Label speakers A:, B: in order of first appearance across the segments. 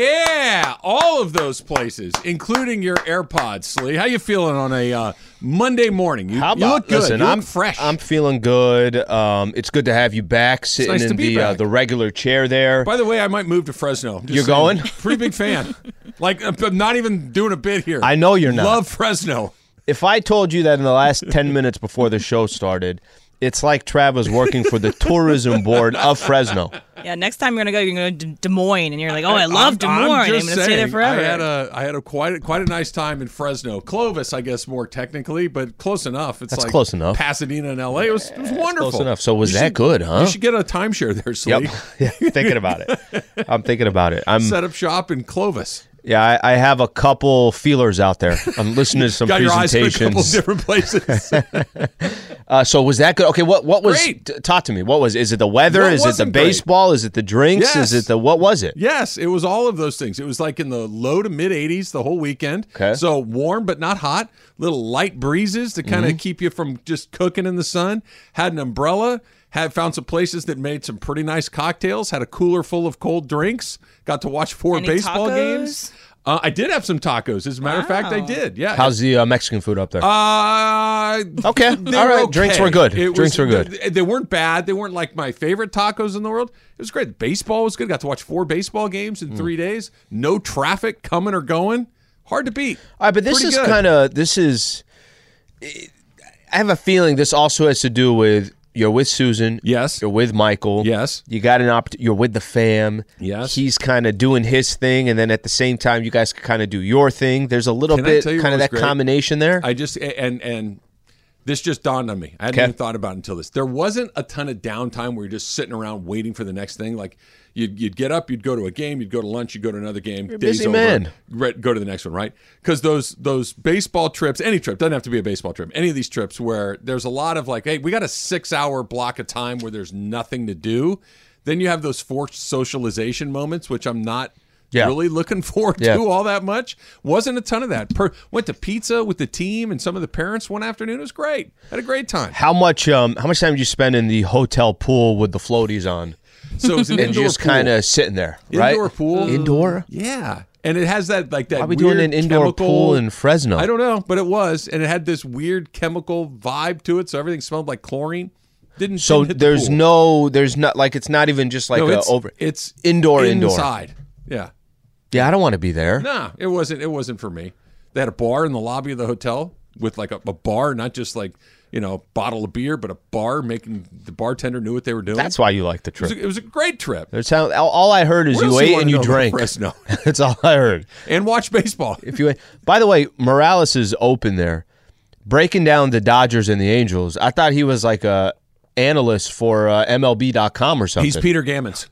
A: Yeah, all of those places, including your AirPods, Slee. How you feeling on a uh, Monday morning? You,
B: How
A: you
B: about
A: look good.
B: Listen,
A: you look
B: I'm
A: fresh.
B: I'm feeling good. Um, it's good to have you back, sitting
A: nice to
B: in
A: be
B: the Uh,
A: back.
B: the regular chair there.
A: By the way, I might move to Fresno. Just
B: You're
A: saying.
B: going?
A: Pretty big fan. like I'm I'm not even doing a bit here.
B: I know you're not.
A: Love Fresno.
B: if I told you that in the last 10 minutes before the show started, it's like Travis working for the tourism board of Fresno.
C: Yeah, next time you're gonna go, you're gonna go to Des Moines, and you're like, oh, I love Des
A: I'm-
C: Moines. I'm,
A: I'm, just
C: gonna stay there
A: saying,
C: forever.
A: I had a I had a quite a, quite a nice time in Fresno, Clovis, I guess more technically, but close enough. It's
B: That's
A: like
B: close enough.
A: Pasadena and L.A. It was, it was wonderful.
B: enough. So was
A: You
B: that
A: should-
B: good, huh?
A: You should get a timeshare there, Slee.
B: Yep. Yeah, thinking about it. I'm thinking about it. I'm
A: Set up shop in Clovis.
B: yeah, I, I have a couple feelers out there. I'm listening to some
A: Got your eyes in a couple
B: presentations.
A: different places.
B: Uh, so was that good? Okay, what what was
A: Great.
B: t- talk to me. What was is it the weather?
A: What
B: Is it the
A: wasn't great?
B: baseball? Is it the drinks?
A: Yes.
B: Is it the what was it?
A: Yes, it was all of those things. It was like in the low to mid 80s the whole weekend.
B: Okay.
A: So warm but not hot. Little light breezes to
B: Mm-hmm.
A: kind of keep you from just cooking in the sun. Had an umbrella. Had found some places that made some pretty nice cocktails. Had a cooler full of cold drinks. Got to watch four
C: Any
A: baseball
C: tacos?
A: games. Uh, I did have some tacos. As a matter of fact, I
C: Wow.
A: did. Yeah.
B: How's the uh, Mexican food up there?
A: uh,
B: okay.
A: they
B: All
A: were
B: right. Drinks were
A: okay.
B: good.
A: It
B: Drinks
A: was-
B: were good.
A: They, they weren't bad. They weren't like my favorite tacos in the world. It was great. Baseball was good. Got to watch four baseball games
B: Mm.
A: in three days. No traffic coming or going. Hard to beat.
B: All right, but this
A: Pretty
B: is
A: good.
B: kind of this is. I have a feeling this also has to do with you're with Susan.
A: Yes.
B: You're with Michael.
A: Yes.
B: You got an opt. You're with the fam.
A: Yes.
B: He's kind of doing his thing, and then at the same time, you guys can kind of do your thing. There's a little
A: Can I
B: bit
A: tell you
B: kind
A: what
B: of
A: was
B: that
A: great?
B: combination there.
A: I just and and this just dawned on me. I hadn't
B: Okay.
A: even thought about it until this. There wasn't a ton of downtime where you're just sitting around waiting for the next thing. Like you'd, you'd get up, you'd go to a game, you'd go to lunch, you'd go to another game. You're
B: busy man.
A: Re- go to the next one, right? Because those those baseball trips, any trip doesn't have to be a baseball trip. Any of these trips where there's a lot of like, hey, we got a six hour block of time where there's nothing to do. Then you have those forced socialization moments, which I'm not
B: Yeah.
A: really looking forward
B: Yeah.
A: to all that much. Wasn't a ton of that. Per- went to pizza with the team and some of the parents one afternoon. It was great. Had a great time.
B: how much um how much time do you spend in the hotel pool with the floaties on
A: So it was an
B: and
A: indoor
B: just
A: pool.
B: kind of sitting there, right?
A: Indoor pool.
B: Indoor.
A: Yeah, and it has that like that.
B: Why are we doing
A: weird
B: an indoor
A: chemical-
B: pool in Fresno?
A: I don't know, but it was, and it had this weird chemical vibe to it, so everything smelled like chlorine. Didn't
B: So
A: didn't hit the
B: there's
A: pool.
B: no, there's not like it's not even just like
A: No,
B: a
A: it's
B: over.
A: It's
B: indoor, indoor.
A: inside. Yeah,
B: Yeah, I don't want to be there.
A: nah, it wasn't. It wasn't for me. They had a bar in the lobby of the hotel with like a, a bar, not just like you know bottle of beer, but a bar making the bartender knew what they were doing.
B: That's why you like the
A: it was
B: trip.
A: a, it was a great trip.
B: There's how, all, all I heard is
A: What
B: you
A: else do
B: ate
A: wanna
B: and you
A: know about
B: drank.
A: Fresno
B: That's all I heard.
A: and watch baseball.
B: If you, by the way, Morales is open there, breaking down the Dodgers and the Angels. I thought he was like a analyst for uh, MLB.com or something.
A: He's Peter Gammons.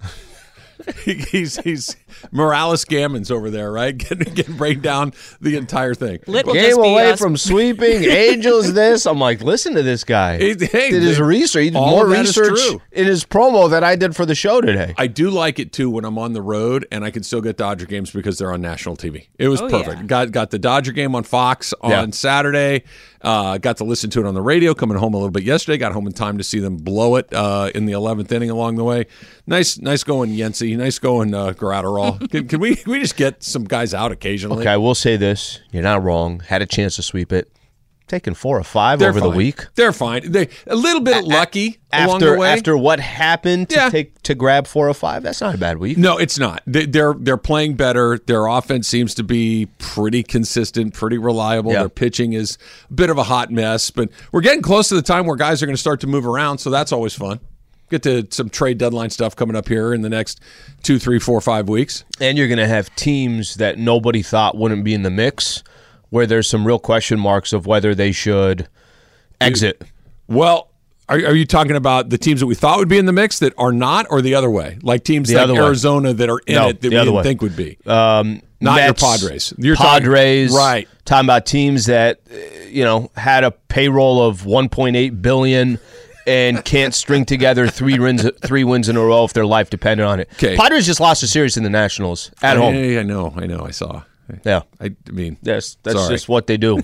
A: he's he's Morales Gammons over there, right? Getting getting break down the entire thing.
C: Lit will
B: Game
C: just be
B: away
C: us.
B: from sweeping Angels. This I'm like, listen to this guy.
A: Hey, hey,
B: did his
A: they-
B: research. He did
A: all
B: more
A: of that is
B: research
A: true.
B: in his promo than I did for the show today.
A: I do like it too when I'm on the road and I can still get Dodger games because they're on national TV. It was
C: Oh,
A: perfect.
C: yeah.
A: Got got the Dodger game on Fox on
B: Yeah.
A: Saturday. Uh, got to listen to it on the radio. Coming home a little bit yesterday. Got home in time to see them blow it uh, in the 11th inning along the way. Nice nice going Yancey. Nice going uh, Gratterall. can, can we can we just get some guys out occasionally?
B: Okay, I will say this: you're not wrong. Had a chance to sweep it, taking four or five over the
A: fine.
B: week.
A: They're fine. They a little bit lucky along
B: After
A: the way.
B: after what happened to
A: Yeah.
B: take to grab four or five, that's not a bad week.
A: no, it's not. They, they're they're playing better. Their offense seems to be pretty consistent, pretty reliable.
B: Yeah.
A: Their pitching is a bit of a hot mess, but we're getting close to the time where guys are going to start to move around, so that's always fun. Get to some trade deadline stuff coming up here in the next two, three, four, five weeks.
B: And you're going to have teams that nobody thought wouldn't be in the mix, where there's some real question marks of whether they should exit.
A: Well, are, are you talking about the teams that we thought would be in the mix that are not, or the other way? Like teams like
B: other way.
A: Arizona that are in
B: No,
A: it that
B: the
A: we
B: other
A: didn't
B: way.
A: think would be.
B: Um,
A: Not your
B: Mets,
A: Padres. You're talking-
B: Padres,
A: Right.
B: Talking about teams that uh, you know had a payroll of 1.8 billion and can't string together three wins, three wins in a row if their life depended on it.
A: 'Kay.
B: Padres just lost a series in the Nationals
A: Uh, eh.
B: at home.
A: Hey, I know, I know, I saw.
B: Yeah,
A: I, I mean,
B: that's that's
A: Sorry.
B: just what they do.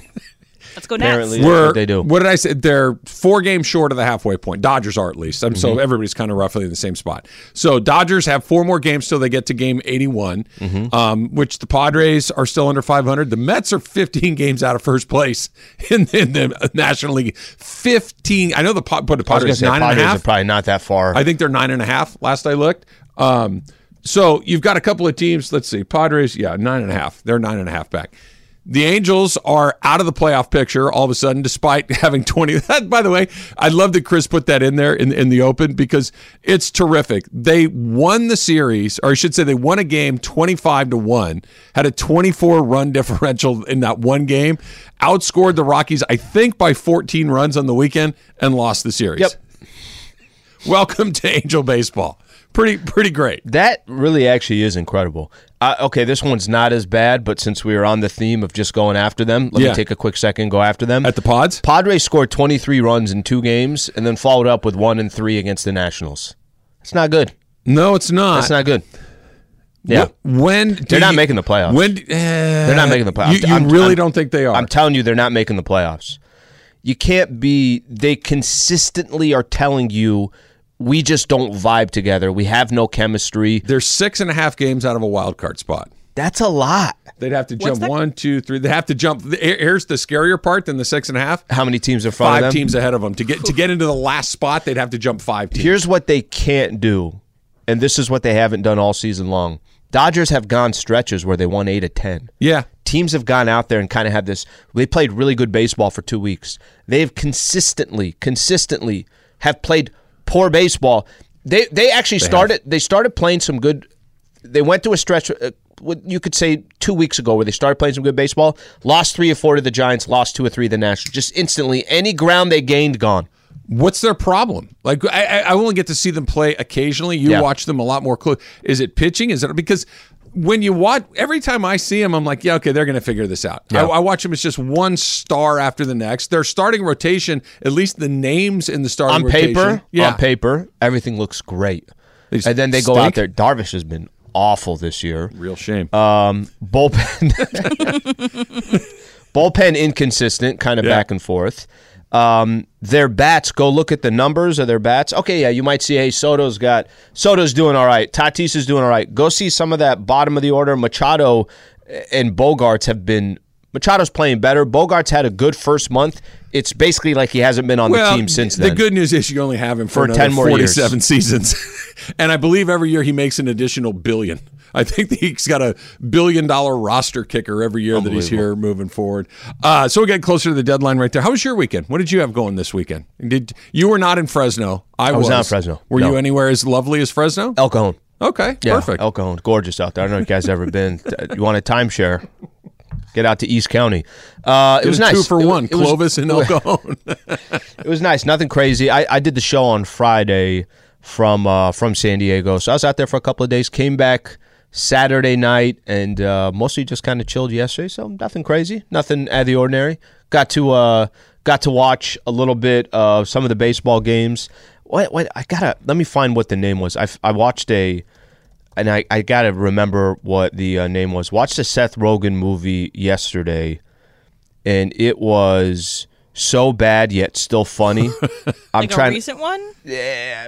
C: Let's go Nats.
B: Apparently-
C: Apparently.
B: That's
A: We're,
B: what they do.
A: What did I say? They're four games short of the halfway point. Dodgers are at least. And
B: Mm-hmm.
A: So everybody's kind of roughly in the same spot. So Dodgers have four more games till they get to game 81,
B: Mm-hmm.
A: um, which the Padres are still under 500. The Mets are 15 games out of first place in, in the National League. 15. I know the, Pa- but the
B: I was
A: Padres
B: gonna say
A: nine and a half.
B: Padres are probably not that far.
A: I think they're nine and a half. Last I looked. Um, so you've got a couple of teams. Let's see, Padres. Yeah, nine and a half. They're nine and a half back. The Angels are out of the playoff picture all of a sudden, despite having twenty. That, by the way, I love that Chris put that in there in in the open because it's terrific. They won the series, or I should say, they won a game twenty five to one. Had a twenty four run differential in that one game. Outscored the Rockies, I think, by fourteen runs on the weekend, and lost the series.
B: Yep.
A: Welcome to Angel Baseball. Pretty pretty great.
B: That really actually is incredible. Uh, okay, this one's not as bad, but since we were on the theme of just going after them, let
A: Yeah.
B: me take a quick second and go after them.
A: At the pods?
B: Padres scored 23 runs in two games and then followed up with one and three against the Nationals. It's not good.
A: No, it's not.
B: That's not good. Yeah.
A: When do
B: They're not
A: you-
B: making the playoffs.
A: When they're
B: not making the playoffs.
A: You, you
B: I'm-
A: really
B: I'm-
A: don't think they are.
B: I'm telling you, they're not making the playoffs. You can't be. They consistently are telling you, we just don't vibe together. We have no chemistry.
A: they're six and a half games out of a wild card spot.
B: That's a lot.
A: They'd have to jump
C: that-
A: one, two, three. They have to jump. here- Here's the scarier part than the six and a half.
B: How many teams are in front of
A: Five
B: them?
A: teams ahead of them to get to get into the last spot. They'd have to jump five teams.
B: Here's what they can't do, and this is what they haven't done all season long. Dodgers have gone stretches where they won eight of ten.
A: Yeah,
B: Teams have gone out there and kind of had this. They played really good baseball for two weeks. They've consistently, consistently have played poor baseball. They they actually started. They started playing some good. They went through a stretch. Uh, what you could say two weeks ago, where they started playing some good baseball, lost three or four to the Giants, lost two or three to the Nationals. Just instantly, any ground they gained, gone.
A: What's their problem? Like I, I I only get to see them play occasionally. You
B: Yeah.
A: watch them a lot more close. Is it pitching? Is it because when you watch every time I see them, I'm like, yeah, okay, they're going to figure this out. I, I watch them; it's just one star after the next. Their starting rotation, at least the names in the starting
B: on
A: rotation,
B: paper,
A: yeah,
B: on paper, everything looks great.
A: They just
B: and then they go out
A: stink.
B: there. Darvish has been awful this year.
A: real shame.
B: Bullpen, bullpen inconsistent, kind of
A: Yeah.
B: back and forth. Um, their bats. Go look at the numbers of their bats. Okay, yeah, you might see. Hey, Soto's got Soto's doing all right. Tatis is doing all right. Go see some of that bottom of the order. Machado eh, and Bogarts have been. Machado's playing better. Bogarts had a good first month. It's basically like he hasn't been on the team since
A: The
B: then.
A: good news is you only have him for,
B: For
A: another
B: 10 more years.
A: 47 seasons. and I believe every year he makes an additional billion. I think that he's got a billion dollar roster kicker every year that he's here moving forward. Uh, so we're getting closer to the deadline right there. How was your weekend? What did you have going this weekend? Did You were not in Fresno. I,
B: was not in Fresno.
A: Were
B: No.
A: you anywhere as lovely as Fresno?
B: El Cajon.
A: okay, perfect.
B: El Cajon's gorgeous out there. I don't know if you guys ever been. You want a timeshare? Get out to East County. Uh, it was
A: Two
B: nice.
A: for
B: It wa-
A: one,
B: It was,
A: Clovis and El Cajon.
B: it was nice. Nothing crazy. I, I did the show on Friday from uh, from San Diego, so I was out there for a couple of days. Came back Saturday night and uh, mostly just kind of chilled yesterday. So nothing crazy. Nothing out of the ordinary. Got to uh, got to watch a little bit of some of the baseball games. What what I gotta let me find what the name was. I, f- I watched a and I, I gotta remember what the uh, name was. Watched the Seth Rogen movie yesterday, and it was so bad yet still funny. I'm
C: Like a
B: trying
C: recent one?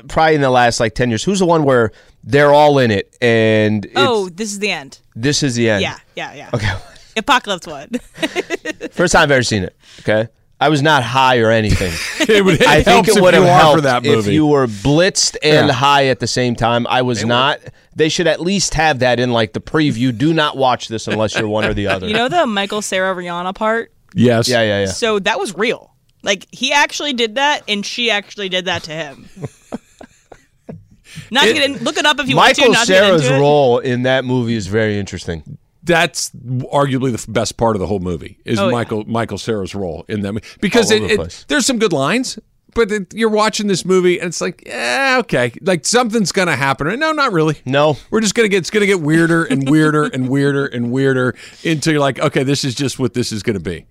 B: probably in the last like ten years. Who's the one where they're all in it and it's,
C: Oh, this is the end.
B: this is the end?
C: Yeah, yeah, yeah. Okay. Apocalypse one.
B: First time I've ever seen it. Okay, I was not high or anything.
A: it would,
B: I think it would have helped
A: for that
B: if
A: movie.
B: you were blitzed and
A: Yeah.
B: high at the same time. I was not. They should at least have that in like the preview. Do not watch this unless you're one or the other.
C: you know the Michael Sarah Rihanna part?
A: yes.
B: yeah, yeah, yeah.
C: So that was real. Like he actually did that and she actually did that to him. Not getting look it up if you
B: Michael
C: want to. Not
B: Sarah's
C: get into it.
B: role in that movie is very interesting.
A: that's arguably the f- best part of the whole movie is
C: Oh, yeah.
A: Michael Michael Sarah's role in that mo- because
B: All
A: it,
B: over the
A: it-
B: place.
A: there's some good lines, but it, you're watching this movie and it's like, yeah, okay, like something's gonna happen. No, not really.
B: No.
A: we're just gonna get it's gonna get weirder and weirder and weirder and weirder until you're like, okay, this is just what this is gonna be.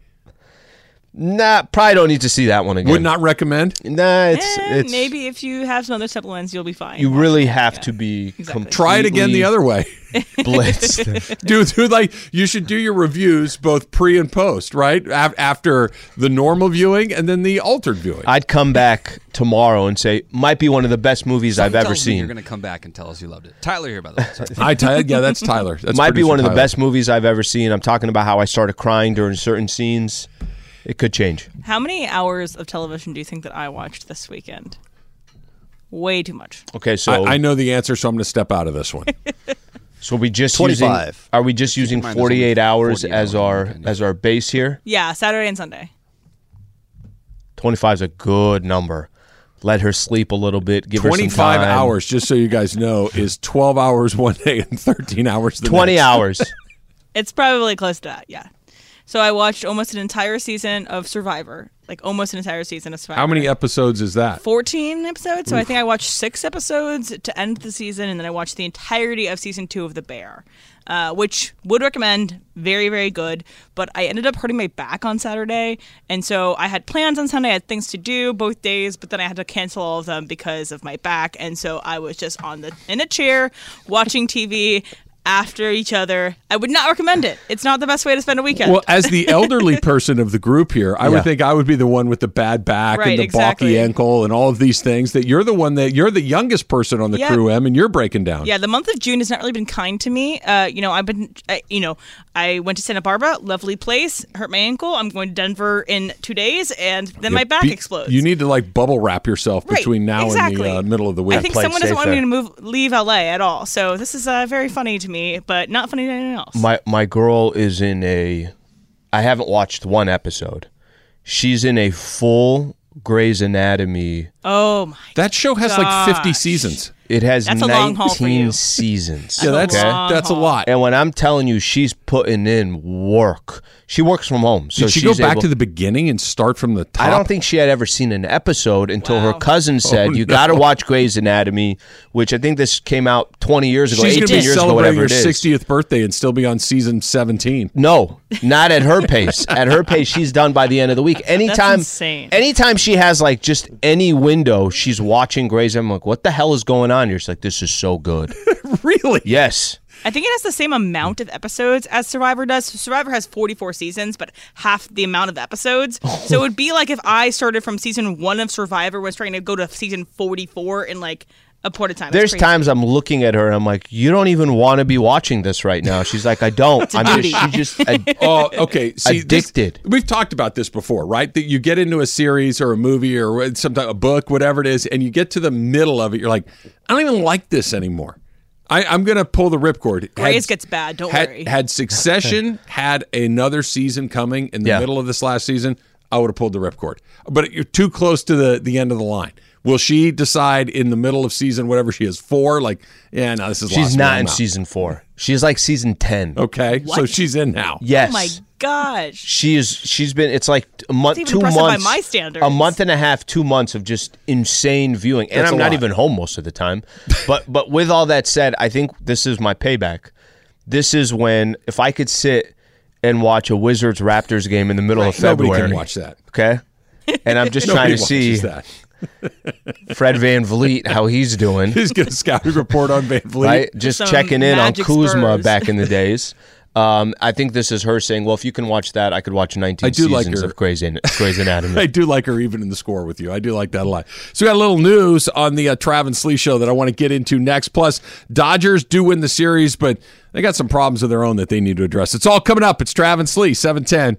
B: Nah, probably don't need to see that one again.
A: Would not recommend.
B: Nah, it's
C: Eh,
B: it's
C: maybe if you have some other supplements, you'll be fine.
B: you really have to be
C: Exactly.
A: Try it again the other way.
B: blitzed.
A: do do like you should do your reviews both pre and post, right? Af- after the normal viewing and then the altered viewing.
B: I'd come back tomorrow and say might be one of the best movies I've
D: Tells
B: ever
D: me You're
B: seen.
D: going to come back and tell us you loved it. Tyler here, by the way. Sorry.
A: I tell yeah, that's Tyler. That's
B: might be
A: producer
B: one of the
A: Tyler.
B: best movies I've ever seen. I'm talking about how I started crying during certain scenes. It could change.
C: How many hours of television do you think that I watched this weekend? Way too much.
B: Okay, so
A: I, I know the answer, so I'm going to step out of this one.
B: so we just
D: 25.
B: using are we just using
D: mind there's only
B: 48 hours
D: 48
B: as
D: hours,
B: our
D: okay, yeah.
B: as our base here?
C: Yeah, Saturday and Sunday.
B: 25 is a good number. Let her sleep a little bit. Give her some
A: 25
B: time.
A: hours, just so you guys know, is 12 hours one day and 13 hours the
B: 20
A: next.
B: hours.
C: It's probably close to that. Yeah. So I watched almost an entire season of Survivor, like almost an entire season of Survivor.
A: How many episodes is that?
C: 14 episodes. So I think I watched six episodes to end the season, and then I watched the entirety of season two of The Bear, uh, which would recommend. Very, very good. But I ended up hurting my back on Saturday. And so I had plans on Sunday. I had things to do both days, but then I had to cancel all of them because of my back. And so I was just on the in a chair watching TV after each other. I would not recommend it. It's not the best way to spend a weekend.
A: Well, as the elderly person of the group here, I
B: Yeah.
A: would think I would be the one with the bad back
C: Right,
A: and the
C: exactly.
A: balky ankle and all of these things. That you're the one that you're the youngest person on the
C: Yeah.
A: crew, M, and you're breaking down.
C: Yeah, the month of June has not really been kind to me. Uh, you know, I've been, I, you know, I went to Santa Barbara, lovely place, hurt my ankle. I'm going to Denver in two days, and then my back
A: Be-
C: explodes.
A: You need to like bubble wrap yourself
C: Right,
A: between now and
C: exactly.
A: the uh, middle of the week.
C: I think
B: played
C: someone doesn't
B: safe
C: want me
B: there.
C: to move, leave LA at all. So this is uh, very funny to me, but not funny to anyone else.
B: my my girl is in a I haven't watched one episode. She's in a full Grey's Anatomy.
C: oh my!
A: that show has like 50
C: Gosh.
A: seasons.
B: It has
C: That's a
B: 19
C: long haul for you.
B: seasons.
A: Yeah, that's
C: a long
A: that's a
C: haul.
A: lot.
B: And when I'm telling you she's putting in work. She works from home. So
A: Did she go
B: she's
A: back
B: able-
A: to the beginning and start from the top?
B: I don't think she had ever seen an episode until her
C: Wow.
A: Oh,
B: cousin said, "You got to watch Grey's Anatomy," which I think this came out 20 years ago,
A: she's going
B: 18
A: to be
B: years ago,
A: celebrating
B: whatever
A: her
B: it is.
A: 60th birthday and still be on season 17.
B: No, not at her pace. At her pace, she's done by the end of the week. Anytime,
C: insane.
B: anytime she has like just any window, she's watching Grey's. I'm like, what the hell is going on? You're just like, this is so good.
A: really?
B: yes,
C: I think it has the same amount of episodes as Survivor does. Survivor has 44 seasons, but half the amount of episodes. so it would be like if I started from season one of Survivor, was trying to go to season 44 in like a point of time. It's
B: there's
C: crazy.
B: times I'm looking at her and I'm like, you don't even want to be watching this right now. She's like, I don't. I'm just, she just. I,
A: Oh, okay. See, this-
B: Addicted.
A: we've talked about this before, right? That you get into a series or a movie or sometimes a book, whatever it is, and you get to the middle of it, you're like, I don't even like this anymore. I, I'm going to pull the ripcord.
C: Grays
A: Had-
C: gets bad. Don't
A: had,
C: worry.
A: had Succession had another season coming in the
B: Yeah.
A: middle of this last season, I would have pulled the ripcord. But you're too close to the the end of the line. Will she decide in the middle of season whatever she is four? Like, yeah, no, this is lost
B: she's
A: me,
B: not
A: I'm
B: in
A: out.
B: season four. She's like season ten.
A: Okay, so
C: What?
A: she's in now.
B: Yes.
C: oh my gosh.
B: She is. She's been. It's like a month,
C: even
B: two months.
C: impressive by my standards.
B: A month and a half, two months of just insane viewing, and
A: That's
B: I'm
A: a
B: not
A: lot.
B: even home most of the time. But but with all that said, I think this is my payback. This is when if I could sit and watch a Wizards Raptors game in the middle of
A: Nobody
B: February,
A: can watch that.
B: okay. And I'm just trying
A: Nobody
B: to see
A: watches that.
B: Fred Van Vliet how he's doing.
A: He's going to scouting report on Van Vliet.
B: right? Just
C: Some
B: checking in on
C: magic
B: Kuzma
C: Spurs.
B: back in the days. Um, I think this is her saying, "Well, if you can watch that, I could watch 19
A: I do like
B: seasons
A: her.
B: of Grey's, An- Grey's Anatomy."
A: I do like her even in the score with you. I do like that a lot. So we got a little news on the uh, Travis Lee show that I want to get into next. Plus, Dodgers do win the series, but they got some problems of their own that they need to address. It's all coming up. It's Travis Lee, 710.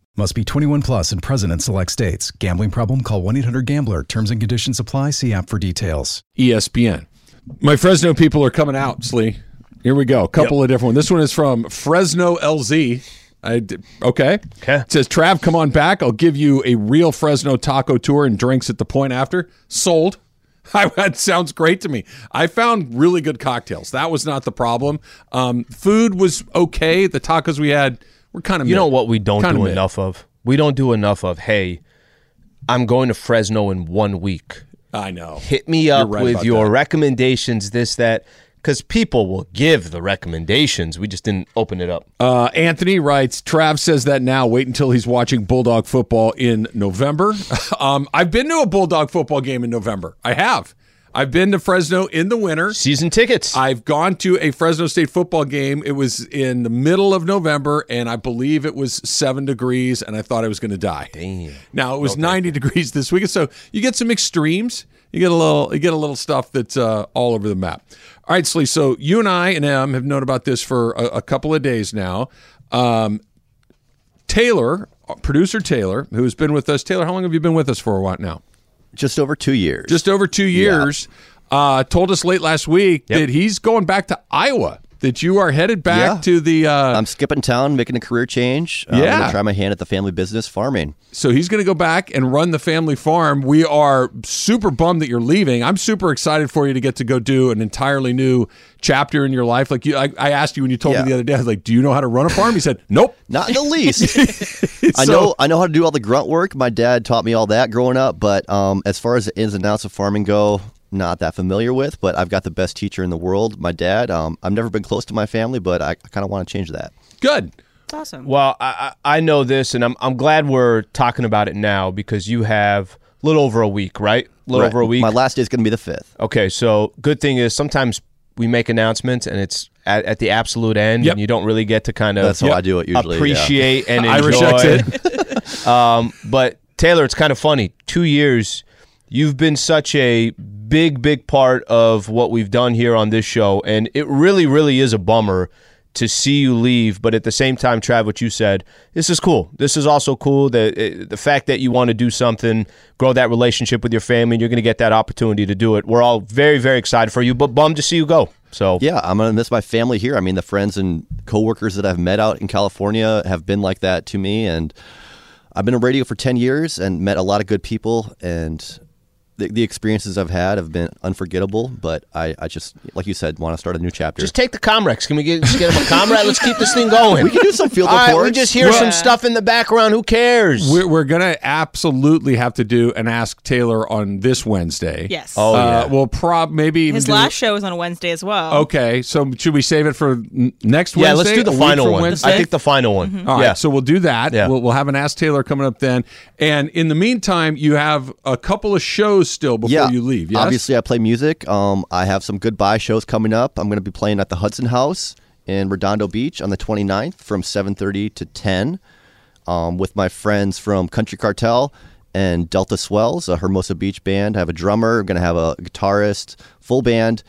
E: Must be 21 plus and present in select states. Gambling problem? Call 1 800 Gambler. Terms and conditions apply. See app for details.
A: E ESPN. My Fresno people are coming out, Slee. Here we go. A couple of different ones. This one is from Fresno LZ. I d- okay.
B: Okay.
A: It says, Trav, come on back. I'll give you a real Fresno taco tour and drinks at the point after. Sold. that sounds great to me. I found really good cocktails. That was not the problem. Um, food was okay. The tacos we had were kind of
B: You know what we don't
A: Kinda
B: do
A: mid.
B: enough of? We don't do enough of, hey, I'm going to Fresno in one week.
A: I know.
B: Hit me up
A: right
B: with
A: about
B: your
A: that.
B: recommendations, this, that, because people will give the recommendations. We just didn't open it up.
A: Uh, Anthony writes, Trav says that now. Wait until he's watching Bulldog football in November. um, I've been to a Bulldog football game in November. I have. I've been to Fresno in the winter.
B: Season tickets.
A: I've gone to a Fresno State football game. It was in the middle of November, and I believe it was seven degrees, and I thought I was going to die. Damn. Now it was ninety degrees this week, so you get some extremes. You get a little, you get a little stuff that's uh, all over the map. All right, Slee. So you and I and Em have known about this for a, a couple of days now. Um, Taylor, uh, producer Taylor, who has been with us. Taylor, how long have you been with us for? What now?
F: Just over two years.
A: just over two years, uh, told us late last week that he's going back to Iowa. That you are headed back
F: Yeah.
A: to the. Uh,
F: I'm skipping town, making a career change. Uh, I'm
A: Yeah.
F: gonna try my hand at the family business farming.
A: so he's going to go back and run the family farm. We are super bummed that you're leaving. I'm super excited for you to get to go do an entirely new chapter in your life. Like you, I, I asked you when you told
F: Yeah.
A: me the other day, I was like, "Do you know how to run a farm?" He said, "Nope."
F: Not in the least. I
A: So-
F: know I know how to do all the grunt work. My dad taught me all that growing up, but um, as far as the ins and outs of farming go, not that familiar with. But I've got the best teacher in the world, my dad. Um, I've never been close to my family, but I, I kind of want to change that.
A: Good.
C: It's awesome.
B: Well, I, I I know this, and I'm, I'm glad we're talking about it now because you have a little over a week, right? A little
F: Right.
B: over a week.
F: My last day is going to be the fifth.
B: Okay, so good thing is sometimes we make announcements and it's at, at the absolute end,
A: Yep.
B: and you don't really get to kind of
F: That's how I do it usually, yeah.
B: appreciate and
A: Irish
B: enjoy.
A: exit.
B: But Taylor, it's kind of funny. Two years, you've been such a big, big part of what we've done here on this show, and it really, really is a bummer to see you leave. But at the same time, Trav, what you said, this is cool. This is also cool. The the fact that you want to do something, grow that relationship with your family, and you're going to get that opportunity to do it. We're all very, very excited for you, but bummed to see you go. So
F: Yeah, I'm gonna miss my family here. I mean, the friends and coworkers that I've met out in California have been like that to me, and I've been in radio for ten years and met a lot of good people, and the, the experiences I've had have been unforgettable. But I, I just, like you said, want to start a new chapter.
B: Just take the Comrex. Can we get, just get him a Comrex? Let's keep this thing going.
F: we can do some field
B: All right,
F: reports.
B: we just hear some
C: Yeah.
B: stuff in the background. Who cares?
A: we're we're going to absolutely have to do an ask Taylor on this Wednesday.
C: Yes.
A: Oh
C: Oh,
A: yeah. We'll prob maybe even
C: His
A: do-
C: last show is on a Wednesday as well.
A: Okay, so should we save it for n- next Wednesday?
B: Yeah, let's do the
A: A week
B: final
A: from
B: one.
A: Wednesday? Mm-hmm.
B: I think the final one.
A: All right,
B: yeah.
A: so we'll do that.
B: Yeah.
A: We'll, we'll have an Ask Taylor coming up then. And in the meantime, you have a couple of shows still before
F: yeah,
A: you leave. Yes?
F: Obviously, I play music. Um, I have some goodbye shows coming up. I'm going to be playing at the Hudson House in Redondo Beach on the 29th from 7:30 to 10, um, with my friends from Country Cartel and Delta Swells, a Hermosa Beach band. I have a drummer. I'm going to have a guitarist, full band,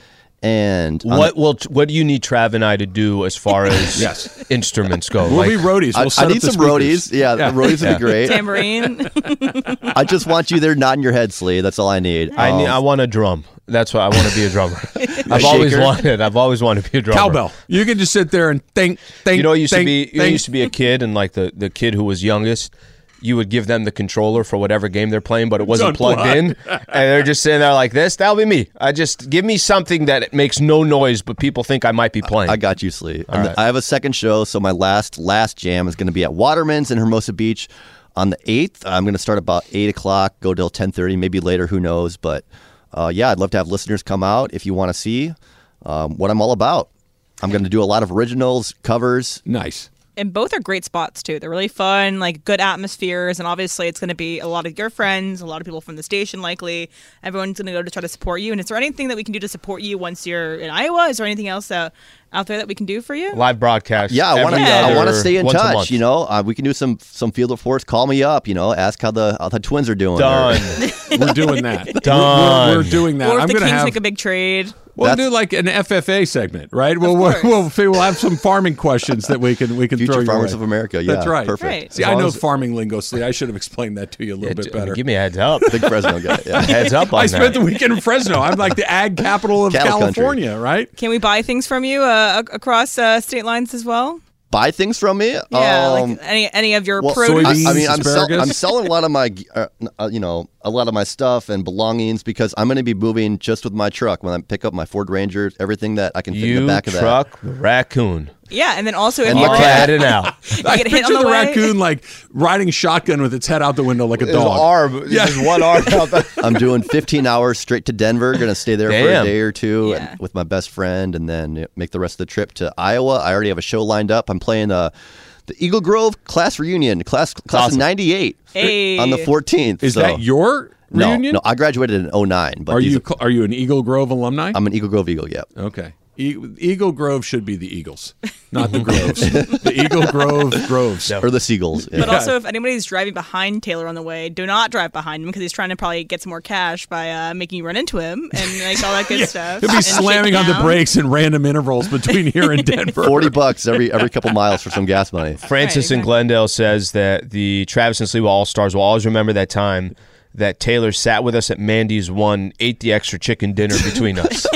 F: and on
B: what will what do you need Trav and I to do as far as
A: Yes.
B: instruments go?
A: we'll
B: Like,
A: be roadies.
F: the- I,
A: We'll set
F: I
A: up
F: need
A: the
F: some
A: speakers.
F: roadies. Yeah, the roadies would be great.
C: Tambourine.
F: I just want you there nodding your head, Slee. That's all I need.
B: I
F: Um,
B: need, I want a drum. That's why I want to be a drummer. I've
F: A
B: always
F: shaker?
B: wanted. I've always wanted to be a drummer.
A: Cowbell. You can just sit there and think, think.
B: You know, I used to
A: think,
B: be. You know, I
A: think.
B: used to be a kid, and like the the kid who was youngest. You would give them the controller for whatever game they're playing, but it wasn't plugged in, and they're just sitting there like this. That'll be me. I just give me something that it makes no noise, but people think I might be playing.
F: I got you, Slee. I'm- I have a second show, so my last last jam is going to be at Waterman's in Hermosa Beach on the eighth. I'm going to start about eight o'clock, go till ten thirty, maybe later. Who knows? But uh, yeah, I'd love to have listeners come out if you want to see um, what I'm all about. I'm going to do a lot of originals, covers,
A: Nice.
C: and both are great spots too. They're really fun, like good atmospheres, and obviously it's going to be a lot of your friends, a lot of people from the station, likely. Everyone's going to go to try to support you. And is there anything that we can do to support you once you're in Iowa? Is there anything else that, out there that we can do for you?
B: Live broadcast.
F: Yeah, I want to.
B: every
F: I
B: other-
F: want to stay in
B: once a
F: touch.
B: month.
F: You know, uh, we can do some some field of force. Call me up. You know, ask how the how the twins are doing. or-
B: Done.
A: We're doing that.
B: Done.
A: We're, we're doing that.
C: Or if
A: I'm
C: the
A: going
C: Kings
A: to have.
C: make a big trade.
A: we'll
F: That's-
A: do like an FFA segment, right? We'll we'll,
C: course.
A: we'll we'll have some farming questions that we can we can
F: Future
A: throw your
F: Farmers
A: way.
F: of America,
A: That's
F: yeah,
A: right.
F: perfect.
C: Right.
A: See,
B: As
A: I
B: long
A: know
B: as-
A: farming lingo, Slee. I should have explained that to you a little
B: I
A: bit
B: mean,
A: better.
B: give me a heads up.
F: Big Fresno guy. Yeah.
B: heads up on
A: I
B: that.
A: spent the weekend in Fresno. I'm like the ag capital of
F: Cattle country.
A: California, right?
C: Can we buy things from you uh, ac- across uh, state lines as well?
F: Buy things from me.
C: Yeah,
F: um,
C: like any any of your
F: well,
C: produce.
A: soybeans,
F: I, I mean, I'm, sell-
A: asparagus.
F: I'm selling a lot of my, g- uh, n- uh, you know, a lot of my stuff and belongings because I'm going to be moving just with my truck when I pick up my Ford Ranger. Everything that I can fit
B: You
F: in the back of that.
B: truck raccoon.
C: Yeah, and then also if
F: And
C: you
F: my
B: All
C: get-
F: cat.
B: that and out.
C: you
A: I
C: get hit on
A: picture
C: the,
A: the,
C: way-
A: raccoon like riding shotgun with its head out the window like a
B: His
A: dog.
B: arm. Yeah. Just one arm out the.
F: I'm doing 15 hours straight to Denver. Going to stay there for
B: Damn.
F: a day or two
C: Yeah.
F: and- with my best friend, and then you know, make the rest of the trip to Iowa. I already have a show lined up. I'm playing uh, the Eagle Grove class reunion, class class of
B: awesome.
F: '98
C: Hey.
F: on the 14th.
A: Is
F: So-
A: that your
F: no,
A: reunion?
F: No, I graduated in 09, but
A: are
F: these
A: you cl- are you an Eagle Grove alumni?
F: I'm an Eagle Grove Eagle. Yeah.
A: okay. E- Eagle Grove should be the Eagles, not the Groves. the Eagle Grove Groves.
F: or the Seagulls. yeah.
C: But also, if anybody's driving behind Taylor on the way, do not drive behind him because he's trying to probably get some more cash by uh, making you run into him and like all that good stuff.
A: He'll be
C: and
A: slamming
C: shaking
A: on the
C: down.
A: brakes in random intervals between here and Denver.
F: 40 bucks every every couple miles for some gas money.
B: Francis
C: Right,
B: in
C: exactly.
B: Glendale says that the Travis and Sliwa All Stars will always remember that time that Taylor sat with us at Mandy's one, ate the extra chicken dinner between us.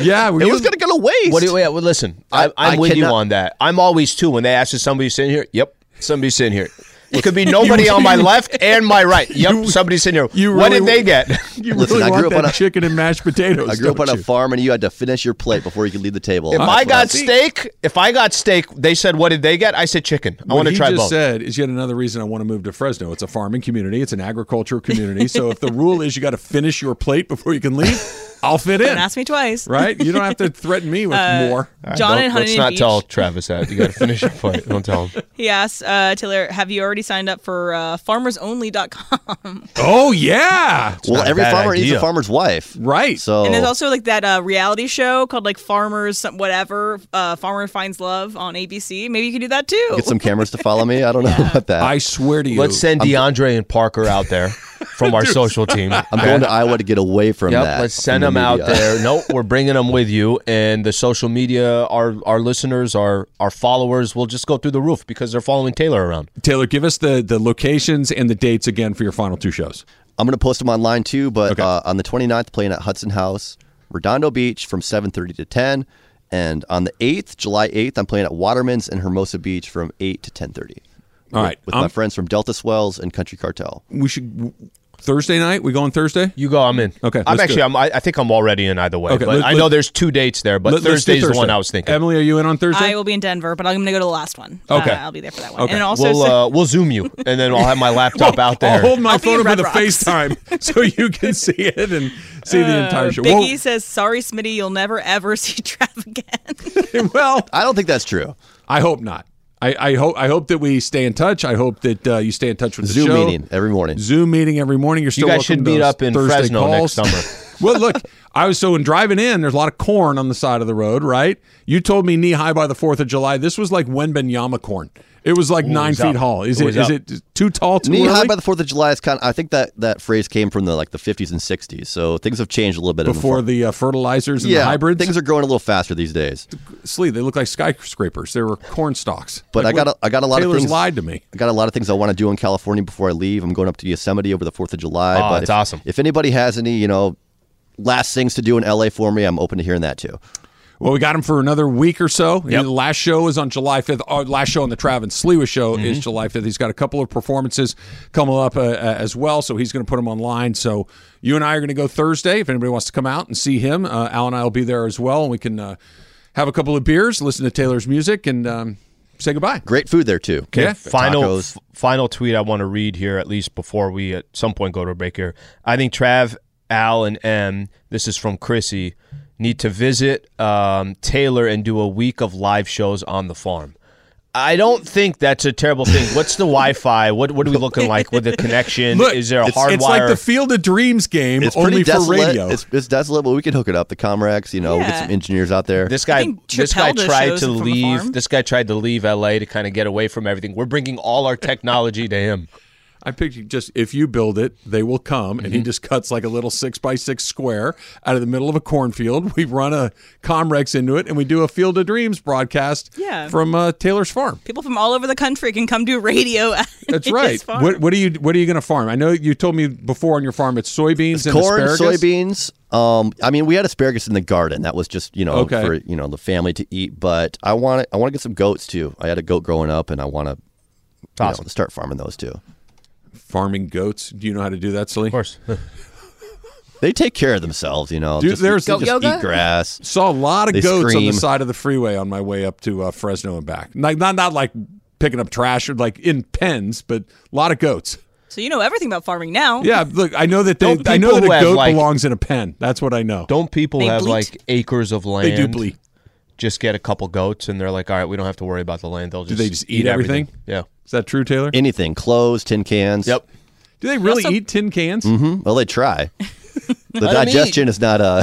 A: Yeah, were
F: It
A: you-
F: was going to go to waste.
B: what do you, yeah, well, listen, I, I'm
F: I
B: with you
F: cannot-
B: on that. I'm always too. When they ask if somebody's sitting here, yep, somebody's sitting here. It could be nobody on my left and my right. Yep, somebody's sitting here.
A: you
B: what
A: really-
B: did they get?
A: you
F: Listen,
A: really
F: I
A: want
F: grew up
A: that
F: on a-
A: chicken and mashed potatoes.
F: I grew up
A: don't
F: on a
A: you?
F: farm and you had to finish your plate before you could leave the table.
B: If
F: That's
B: I
F: what
B: got
F: see.
B: steak, if I got steak, they said, "What did they get?" I said, "Chicken." I
A: What
B: want to
A: he
B: try
A: just
B: both.
A: said is yet another reason I want to move to Fresno. It's a farming community. It's an agricultural community. so if the rule is you got to finish your plate before you can leave, I'll fit in.
C: Don't ask me twice.
A: Right? You don't have to threaten me with more.
B: Don't-
C: John and
B: let's
C: Huntington
B: not
C: Beach.
B: tell Travis that. You got to finish your fight. Don't tell him.
C: He asked uh, Taylor, "Have you already signed up for uh, FarmersOnly.com?"
A: Oh yeah,
F: Well,
B: not a
F: every
B: bad
F: farmer needs
B: idea.
F: a farmer's wife.
A: right.
F: So
C: And there's
B: Oh.
C: also like that uh, reality show called like Farmers some- whatever, uh, Farmer Finds Love on ABC. Maybe you could do that too.
F: get some cameras to follow me. I don't know about that.
A: I swear to you,
B: Let's send DeAndre and Parker out there from our social team.
F: I'm going to Iowa to get away from
B: Yep,
F: that.
B: let's
F: from
B: send
F: the
B: them out
F: media.
B: there. Nope, we're bringing them with you, and the social media, our our listeners, our our followers will just go through the roof because they're following Taylor around.
A: Taylor, give us the the locations and the dates again for your final two shows.
F: I'm going to post them online too, but
A: Okay.
F: uh, on the 29th, playing at Hudson House, Redondo Beach from 7:30 to 10, and on the 8th, July 8th, I'm playing at Waterman's in Hermosa Beach from 8 to 10:30.
A: All right,
F: with
B: Um,
A: I'm-
F: my friends from Delta Swells and Country Cartel.
A: We should Thursday night. We go on Thursday.
B: You go. I'm in.
A: Okay,
B: I'm
A: let's do
B: actually.
A: it.
B: I'm, I, I think I'm already in either way.
A: Okay,
B: but
A: let-
B: I know
A: let-
B: there's two dates there, but
A: Let- let's do
B: Thursday's the one
A: Thursday.
B: I was thinking.
A: Emily, are you in on Thursday?
C: I will be in Denver, but I'm going to go to the last one.
A: Okay.
C: Uh, I'll be there for that one.
A: Okay.
C: And also,
B: we'll
C: so-
B: uh, we'll zoom you, and then I'll have my laptop out there.
A: I'll hold my
C: I'll be
A: phone
C: in
A: up
C: Red
A: with a
C: Rocks.
A: FaceTime so you can see it and see
C: Uh,
A: the entire show.
C: Biggie says, "Sorry, Smitty, you'll never ever see Trav again."
A: Whoa. well,
F: I don't think that's true.
A: I hope not. I, I hope I hope that we stay in touch. I hope that uh, you stay in touch with the
F: Zoom
A: show.
F: meeting every morning.
A: Zoom meeting every morning. You're still
B: guys
A: welcome
B: should
A: to
B: meet
A: those
B: up in
A: Thursday
B: Fresno
A: calls.
B: next summer.
A: well, look, I was so in driving in. There's a lot of corn on the side of the road, right? You told me knee high by the Fourth of July. This was like Wenbenyama corn. It was like nine
B: was
A: feet
B: up.
A: tall. Is
B: It
A: it
B: was
A: is
B: up.
A: it too tall? Too
F: Knee high
A: early?
F: by the Fourth of July is kind. Of, I think that that phrase came from the like the 50s and 60s. So things have changed a little bit in the
A: before
F: farm.
A: the uh, fertilizers and
F: yeah
A: the hybrids.
F: Things are growing a little faster these days.
A: Slee, they look like skyscrapers. They were corn stalks.
F: But
A: Like,
F: I got
A: what-
F: a, I got a lot
A: Taylor's
F: of things.
A: lied to me.
F: I got a lot of things I want to do in California before I leave. I'm going up to Yosemite over the Fourth of July.
B: Oh,
A: Ah,
F: but
B: that's
F: if,
B: awesome.
F: If anybody has any, you know, last things to do in LA for me, I'm open to hearing that too.
A: Well, we got him for another week or so. The last show is on July 5th. Our last show on the Travis Slewa show
B: Mm-hmm.
A: is July 5th. He's got a couple of performances coming up uh, uh, as well, so he's going to put them online. So you and I are going to go Thursday. If anybody wants to come out and see him, uh, Al and I will be there as well. And we can uh, have a couple of beers, listen to Taylor's music, and um, say goodbye.
F: Great food there too.
A: Yeah.
B: final
F: Tacos.
B: f- final tweet I want to read here at least before we at some point go to a break here. I think Trav, Al, and M. This is from Chrissy. Need to visit um, Taylor and do a week of live shows on the farm. I- I don't think that's a terrible thing. What's the Wi-Fi? What what are we looking like with the connection?
A: Look,
B: Is there a
A: it's-
B: hard
A: It's
B: wire?
A: like the Field of Dreams game,
F: It's
A: only
F: pretty
A: for
F: desolate.
A: radio.
F: It's, it's desolate, but we can hook it up. The Comrex, you know, we'll get
C: Yeah.
F: some engineers out there.
B: this guy,
C: think
B: this guy
C: Chipelda
B: tried
C: shows
B: to
C: it from a
B: leave.
C: farm.
B: This guy tried to leave LA to kind of get away from everything. We're bringing all our technology to him.
A: I picture just if you build it, they will come.
F: Mm-hmm.
A: And he just cuts like a little six by six square out of the middle of a cornfield. We run a Comrex into it, and we do a Field of Dreams broadcast
C: Yeah.
A: from uh, Taylor's farm.
C: People from all over the country can come do radio. at
A: That's
C: his
A: right.
C: farm.
A: What, what are you What are you going to farm? I know you told me before on your farm it's soybeans and
F: corn,
A: asparagus.
F: soybeans. Um, I mean, we had asparagus in the garden. That was just you know
A: Okay.
F: for you know the family to eat. But I want to I want to get some goats too. I had a goat growing up, and I want to
B: Awesome.
F: start farming those too.
A: farming goats. Do you know how to do that, Celine?
B: Of course.
F: They take care of themselves, you know.
A: Dude,
F: just,
A: there's-
F: they
A: Goat
F: just
C: yoga?
F: eat grass.
A: Saw a lot of
F: They
A: goats on
F: scream.
A: the side of the freeway on my way up to uh, Fresno and back. Like not not like picking up trash or like in pens, but a lot of goats.
C: So you know everything about farming now.
A: Yeah, look, I know that they.
B: Don't
A: I know
B: people
A: that
B: who
A: a
B: have,
A: goat
B: like-
A: belongs in a pen. That's what I know.
B: Don't people
C: They
B: have
C: bleat.
B: like acres of land?
A: they do bleat.
B: Just get a couple goats, and they're like, all right, we don't have to worry about the land. They'll just
A: they just eat everything?
B: Yeah.
A: Is that true, Taylor?
F: Anything, clothes, tin cans.
B: Yep.
A: do they really
C: Also-
A: eat tin cans?
B: Mm-hmm.
F: Hmm, Well, they try. The
B: 'em
F: digestion is not uh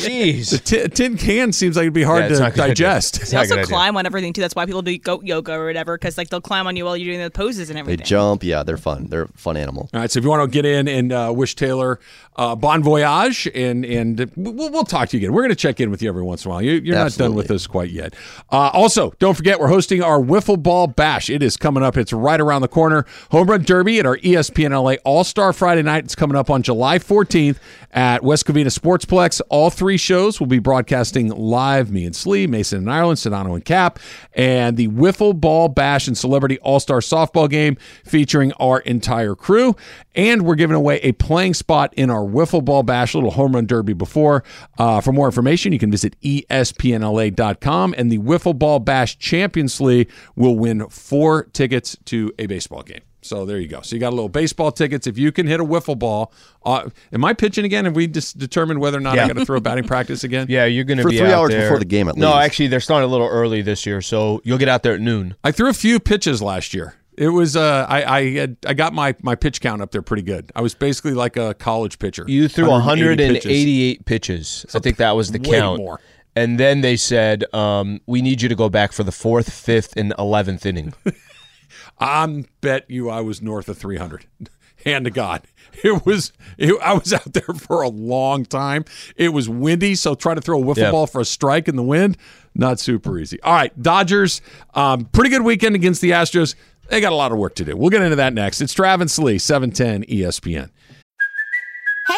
B: Jeez.
A: Ti- tin can seems like it'd be
B: Yeah,
A: hard
B: it's
A: to
B: not a good idea.
A: digest.
B: It's
C: They
B: not a
C: also
B: good idea.
C: climb on everything too. That's why people do goat yoga or whatever, because like they'll climb on you while you're doing the poses and
F: they
C: everything.
F: jump. Yeah, they're fun. They're a fun animal.
A: All right, so if you want to get in and uh, wish Taylor uh, bon voyage, and and we'll, we'll talk to you again. We're going to check in with you every once in a while. You, you're not done
F: Absolutely.
A: with us quite yet. Uh, also, don't forget we're hosting our wiffle ball bash. It is coming up. It's right around the corner. Home run derby at our E ESPN LA All Star Friday night. It's coming up on July 14th at West Covina Sportsplex. All three shows will be broadcasting live. Me and Slee, Mason and Ireland, Sedano and Cap, and the wiffle ball bash and celebrity All Star softball game featuring our entire crew. And we're giving away a playing spot in our Wiffle Ball Bash, a little home run derby before. Uh, for more information, you can visit E espnla.com. And the Wiffle Ball Bash Champions League will win four tickets to a baseball game. So there you go. So you got a little baseball tickets. If you can hit a wiffle ball, uh, am I pitching again? Have we just determined whether or not I
B: Yeah.
A: got to throw batting practice again?
B: Yeah, you're going to
F: For
B: be
F: three
B: out
F: hours
B: there-
F: before the game, at
B: No,
F: least.
B: actually, they're starting a little early this year, so you'll get out there at noon.
A: I threw a few pitches last year. It was uh, I I had, I got my my pitch count up there pretty good. I was basically like a college pitcher.
B: You threw 188
A: pitches.
B: pitches. I think that was the
A: way
B: count.
A: more.
B: And then they said, um, "We need you to go back for the fourth, fifth, and eleventh inning."
A: I'm bet you I was north of 300. Hand to God, it was. It, I was out there for a long time. It was windy, so try to throw a wiffle
B: Yeah.
A: ball for a strike in the wind, not super easy. All right, Dodgers, um, pretty good weekend against the Astros. They got a lot of work to do. We'll get into that next. It's Travis Lee, E 710 ESPN.
G: Hey,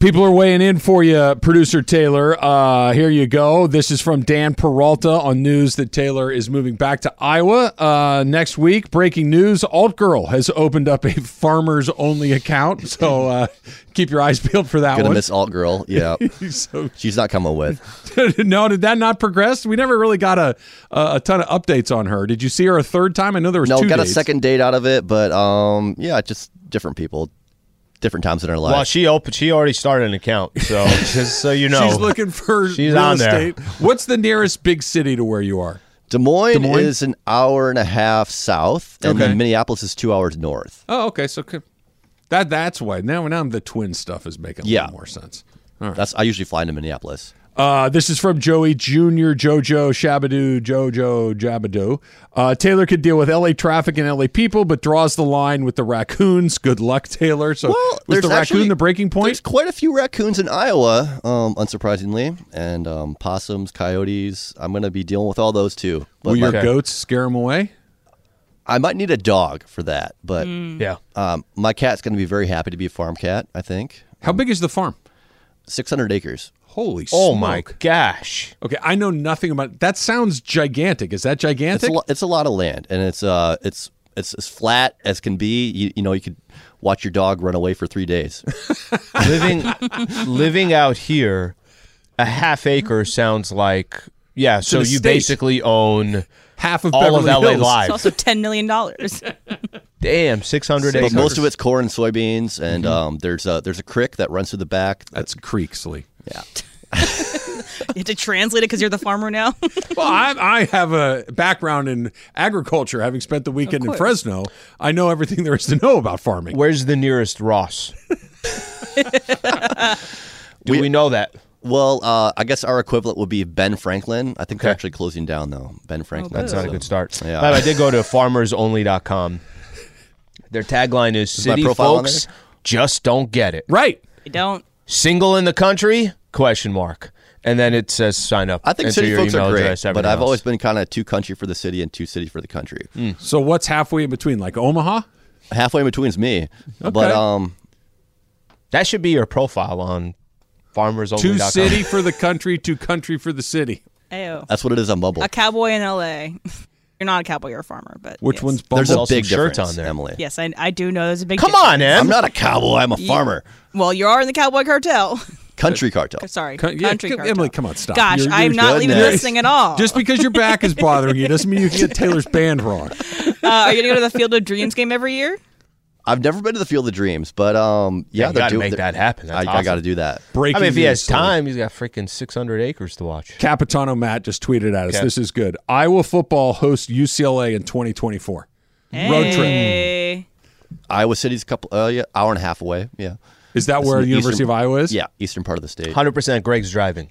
A: People are weighing in for you, producer Taylor. Uh, here you go. This is from Dan Peralta on news that Taylor is moving back to Iowa uh, next week. Breaking news: Altgirl has opened up a farmers-only account, so uh, keep your eyes peeled for that
F: Gonna
A: one.
F: miss alt girl. Yeah,
A: so,
F: she's not coming with.
A: no, did that not progress? We never really got a, a a ton of updates on her. Did you see her a third time? I know there was
F: No,
A: two
F: got a
A: dates.
F: second date out of it, but um, yeah, just different people, different times in our life.
B: well, she opened. She already started an account, so just so you know,
A: She's looking for
B: She's
A: real
B: on there.
A: estate. What's the nearest big city to where you are?
F: Des Moines,
A: Des Moines?
F: is an hour and a half south, and
A: Okay.
F: then Minneapolis is two hours north.
A: Oh, okay. So c- that that's why now now the twin stuff is making a
F: Yeah.
A: little more sense.
F: That's I usually fly into Minneapolis.
A: Uh, this is from Joey Jr., Jojo, Shabadoo, Jojo, Jabadoo. Uh, Taylor could deal with LA traffic and LA people, but draws the line with the raccoons. Good luck, Taylor. So was the raccoon the breaking
F: There's
A: point?
F: quite a few raccoons in Iowa, um, unsurprisingly, and um, possums, coyotes. I'm going to be dealing with all those too. But
A: Will your
F: like,
A: goats scare them away?
F: I might need a dog for that, but
B: yeah.
F: um, my cat's going to be very happy to be a farm cat. I think
A: How big is the farm?
F: 600 acres.
A: Holy
B: Oh my
A: smoke.
B: gosh.
A: Okay, I know nothing about that. Sounds gigantic. Is that
F: It's a,
A: gigantic?
F: lo- it's a lot of land, and it's uh, it's it's as flat as can be. You, you know, you could watch your dog run away for three days.
B: living living out here, a half acre sounds like yeah. So
A: an
B: you
A: estate.
B: basically own
A: Half of Beverly
B: all of LA
A: Hills.
C: It's
B: Live.
C: also ten million dollars.
B: Damn, six hundred
F: but
B: acres.
F: most of it's corn and soybeans,
B: Mm-hmm.
F: and um, there's a there's a creek that runs through the back.
A: That's Creeksley.
C: you have to translate it because you're the farmer now.
A: Well, I, I have a background in agriculture, having spent the weekend in Fresno. I know everything there is to know about farming.
B: Where's the nearest Ross? Do we, know that?
F: Well, uh, I guess our equivalent would be Ben Franklin. I think they're
B: Okay.
F: actually closing down though. Ben Franklin.
B: That's not a
F: So-
B: good start.
F: Yeah.
B: But I did go to farmersonly.com. Their tagline is
F: my
B: "City
F: profile on
B: folks just don't get it."
A: Right.
C: you don't.
B: Single in the country? Question mark. And then it says sign up.
F: I think
B: Enter
F: city
B: your
F: folks
B: email
F: are great,
B: address,
F: but
B: everything
F: I've
B: else.
F: always been kind of two country for the city and two city for the country.
B: Mm.
A: So what's halfway in between, like Omaha?
F: Halfway in between's me. But um,
B: that should be your profile on
A: Two
B: farmersonly.com.
A: city for the country, two country for the city.
C: Ew.
F: that's what it is on Bubble.
C: A cowboy in L.A. You're not a cowboy. You're a farmer. But
A: Which
C: yes.
A: one's
F: There's
A: Bumble?
F: a
B: There's also
F: big
B: shirts
F: difference,
B: on there.
F: Emily.
C: Yes, I, I do know. There's a big.
B: Come
C: difference.
B: on,
F: I'm
B: Em.
F: not a cowboy. I'm a farmer.
C: Well, you are in the cowboy cartel.
F: Country cartel.
C: Sorry,
A: Co- yeah,
C: country
A: c-
C: cartel.
A: Emily, come on, stop.
C: Gosh,
A: You're-
C: I'm
A: you're-
C: not leaving
F: Goodness.
C: this thing at all.
A: Just because your back is bothering you doesn't mean you can get Taylor's band wrong.
C: uh, are you gonna go to the Field of Dreams game every year?
F: I've never been to the Field of Dreams, but um, yeah,
B: you
F: they're
B: gotta make
F: doing- they're-
B: that happen. That's
F: I, I
B: awesome.
F: got to do that.
A: Breaking
B: I mean, if he
A: news,
B: has
A: Taylor.
B: time, he's got freaking 600 acres to watch.
A: Capitano Matt just tweeted at us.
B: Okay.
A: This is good. Iowa football hosts UCLA in 2024. Road trip.
C: Hey.
F: Iowa City's a couple, uh, yeah, hour and a half away. Yeah,
A: Is that where
F: Eastern-
A: the University of Iowa is?
F: yeah, eastern part of the state.
B: 100% Greg's driving.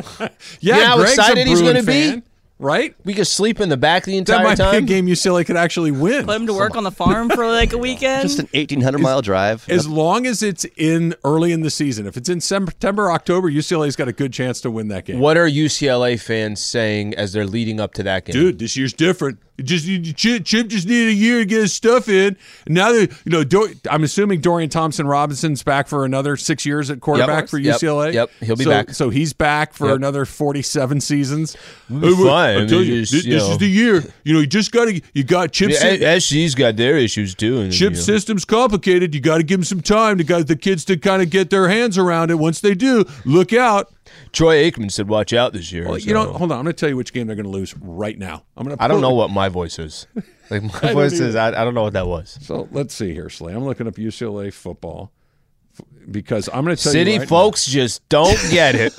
A: Yeah,
B: You know how
A: Greg's
B: excited
A: a
B: he's
A: Bruin
B: gonna be?
A: fan, Right?
B: We could sleep in the back the
A: That
B: entire
A: might
B: time.
A: be a game UCLA could actually win.
C: Put him to work on the farm for like a weekend.
F: Just an 1,800 mile drive.
A: As long as it's in early in the season. If it's in September, October, UCLA's got a good chance to win that game.
B: What are UCLA fans saying as they're leading up to that game?
A: Dude, this year's different. It Just you- you- Chip, Chip just needed a year to get his stuff in. Now that you know, Dor- I'm assuming Dorian Thompson Robinson's back for another six years at quarterback
B: Yep.
A: for
B: Yep.
A: UCLA.
B: Yep. He'll be
A: So-
B: back.
A: So he's back for
B: Yep.
A: another 47 seasons. Uh,
B: fine.
A: I'm telling you,
B: It's,
A: this,
B: you
A: this
B: know-
A: is the year. You know, you just got to you got Chip.
B: Yeah,
A: Sy-
B: A- SC's got their issues too. and,
A: Chip
B: you know.
A: system's complicated. You got to give them some time to got the kids to kind of get their hands around it. Once they do, look out.
B: Troy Aikman said, "Watch out this year."
A: Well,
B: so-
A: you know, hold on. I'm going to tell you which game they're going to lose right now. I'm going to.
B: I don't know what my voice is. Like my voice is, I, I don't know what that was.
A: So let's see here, Slay. I'm looking up UCLA football f- because I'm going to tell
B: City
A: you right
B: folks just don't get it.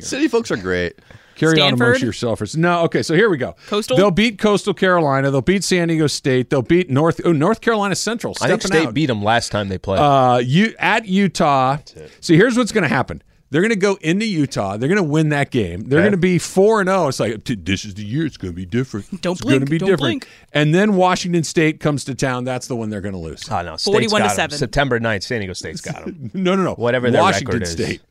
F: City folks are great.
A: now, carry on amongst
C: Stanford?
A: yourselfers. No, okay. So here we go.
C: Coastal?
A: They'll beat Coastal Carolina. They'll beat San Diego State. They'll beat North. Oh, North Carolina Central.
B: I think
A: stepping
B: State
A: out.
B: beat them last time they played.
A: Uh, you at Utah. See, here's what's going to happen. They're going to go into Utah. They're going to win that game. They're
B: Okay.
A: going to be four and zero. It's like "Dude, this is the year. It's going to be different.
C: Don't
A: it's going to
C: blink.
A: be
C: Don't
A: different.
C: blink.
A: And then Washington State comes to town. That's the one they're going to lose.
B: oh, no, State's
C: 41 to
B: got 'em.
C: seven.
B: September 9th, San Diego State's got them.
A: No, no, no.
B: Whatever their
A: Washington
B: record is.
A: State.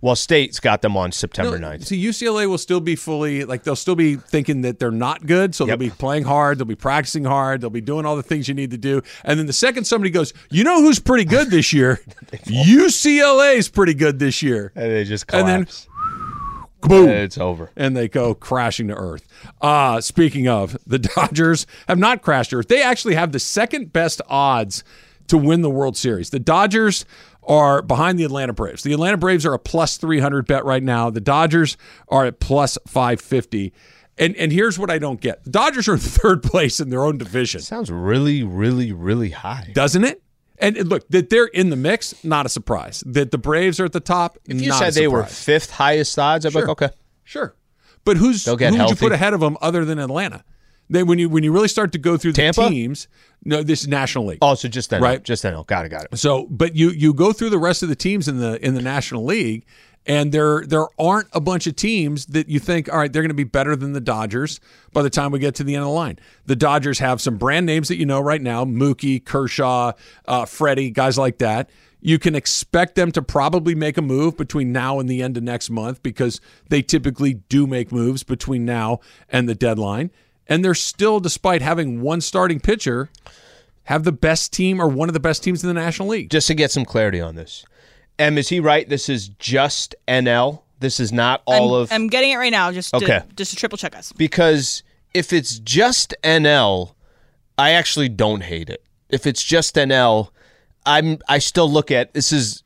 B: Well, State's got them on September
A: No,
B: 9th.
A: See, UCLA will still be fully like they'll still be thinking that they're not good, so
B: Yep.
A: they'll be playing hard, they'll be practicing hard, they'll be doing all the things you need to do. And then the second somebody goes, you know who's pretty good this year? UCLA's pretty good this year.
B: And they just
A: And then-
B: collapse.
A: Boom.
B: And it's over.
A: and they go crashing to earth. Uh, speaking of, the Dodgers have not crashed to earth. They actually have the second best odds to win the World Series. The Dodgers are behind the Atlanta Braves. The Atlanta Braves are a plus 300 bet right now. The Dodgers are at plus 550. And and here's what I don't get. The Dodgers are in third place in their own division.
B: Sounds really, really, really high.
A: Doesn't it? And and look, that they're in the mix, not a surprise. That the Braves are at the top,
B: If you
A: not a
B: said they were
A: surprise.
B: fifth highest odds, I'd be like, okay.
A: Sure, but who's who
B: They'll get
A: would you
B: healthy.
A: put ahead of them other than Atlanta? Then when you when you really start to go through
B: Tampa?
A: the teams, no, this is National League.
B: Oh, so just then,
A: Right.
B: Just then, oh, got it, got it.
A: So, but you you go through the rest of the teams in the in the National League, and there there aren't a bunch of teams that you think, all right, they're going to be better than the Dodgers by the time we get to the end of the line. The Dodgers have some brand names that you know right now: Mookie, Kershaw, uh, Freddie, guys like that. You can expect them to probably make a move between now and the end of next month because they typically do make moves between now and the deadline. And they're still, despite having one starting pitcher, have the best team or one of the best teams in the National League.
B: Just to get some clarity on this, Em, is he right? This is just NL. This is not all
C: I'm,
B: of
C: I'm getting it right now just to,
B: Okay.
C: just to triple check us.
B: because if it's just NL, I actually don't hate it. If it's just NL, I'm I still look at this is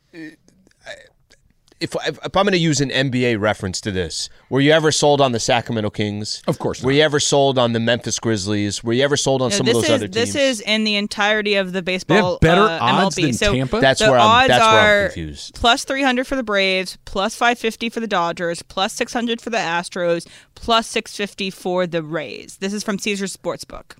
B: if, if I'm going to use an NBA reference to this, were you ever sold on the Sacramento Kings?
A: Of course
B: Were you ever sold on the Memphis Grizzlies? Were you ever sold on
C: No,
B: some
C: this
B: of those
C: is
B: other teams?
C: this is in the entirety of the
A: They
C: baseball
A: have better
C: uh,
A: odds
C: MLB.
A: than
C: so
A: Tampa.
B: That's
C: the
B: where I'm-
C: odds
B: that's
C: are
B: where I'm confused.
C: plus 300 for the Braves, plus 550 for the Dodgers, plus 600 for the Astros, plus 650 for the Rays. This is from Caesar's Sportsbook.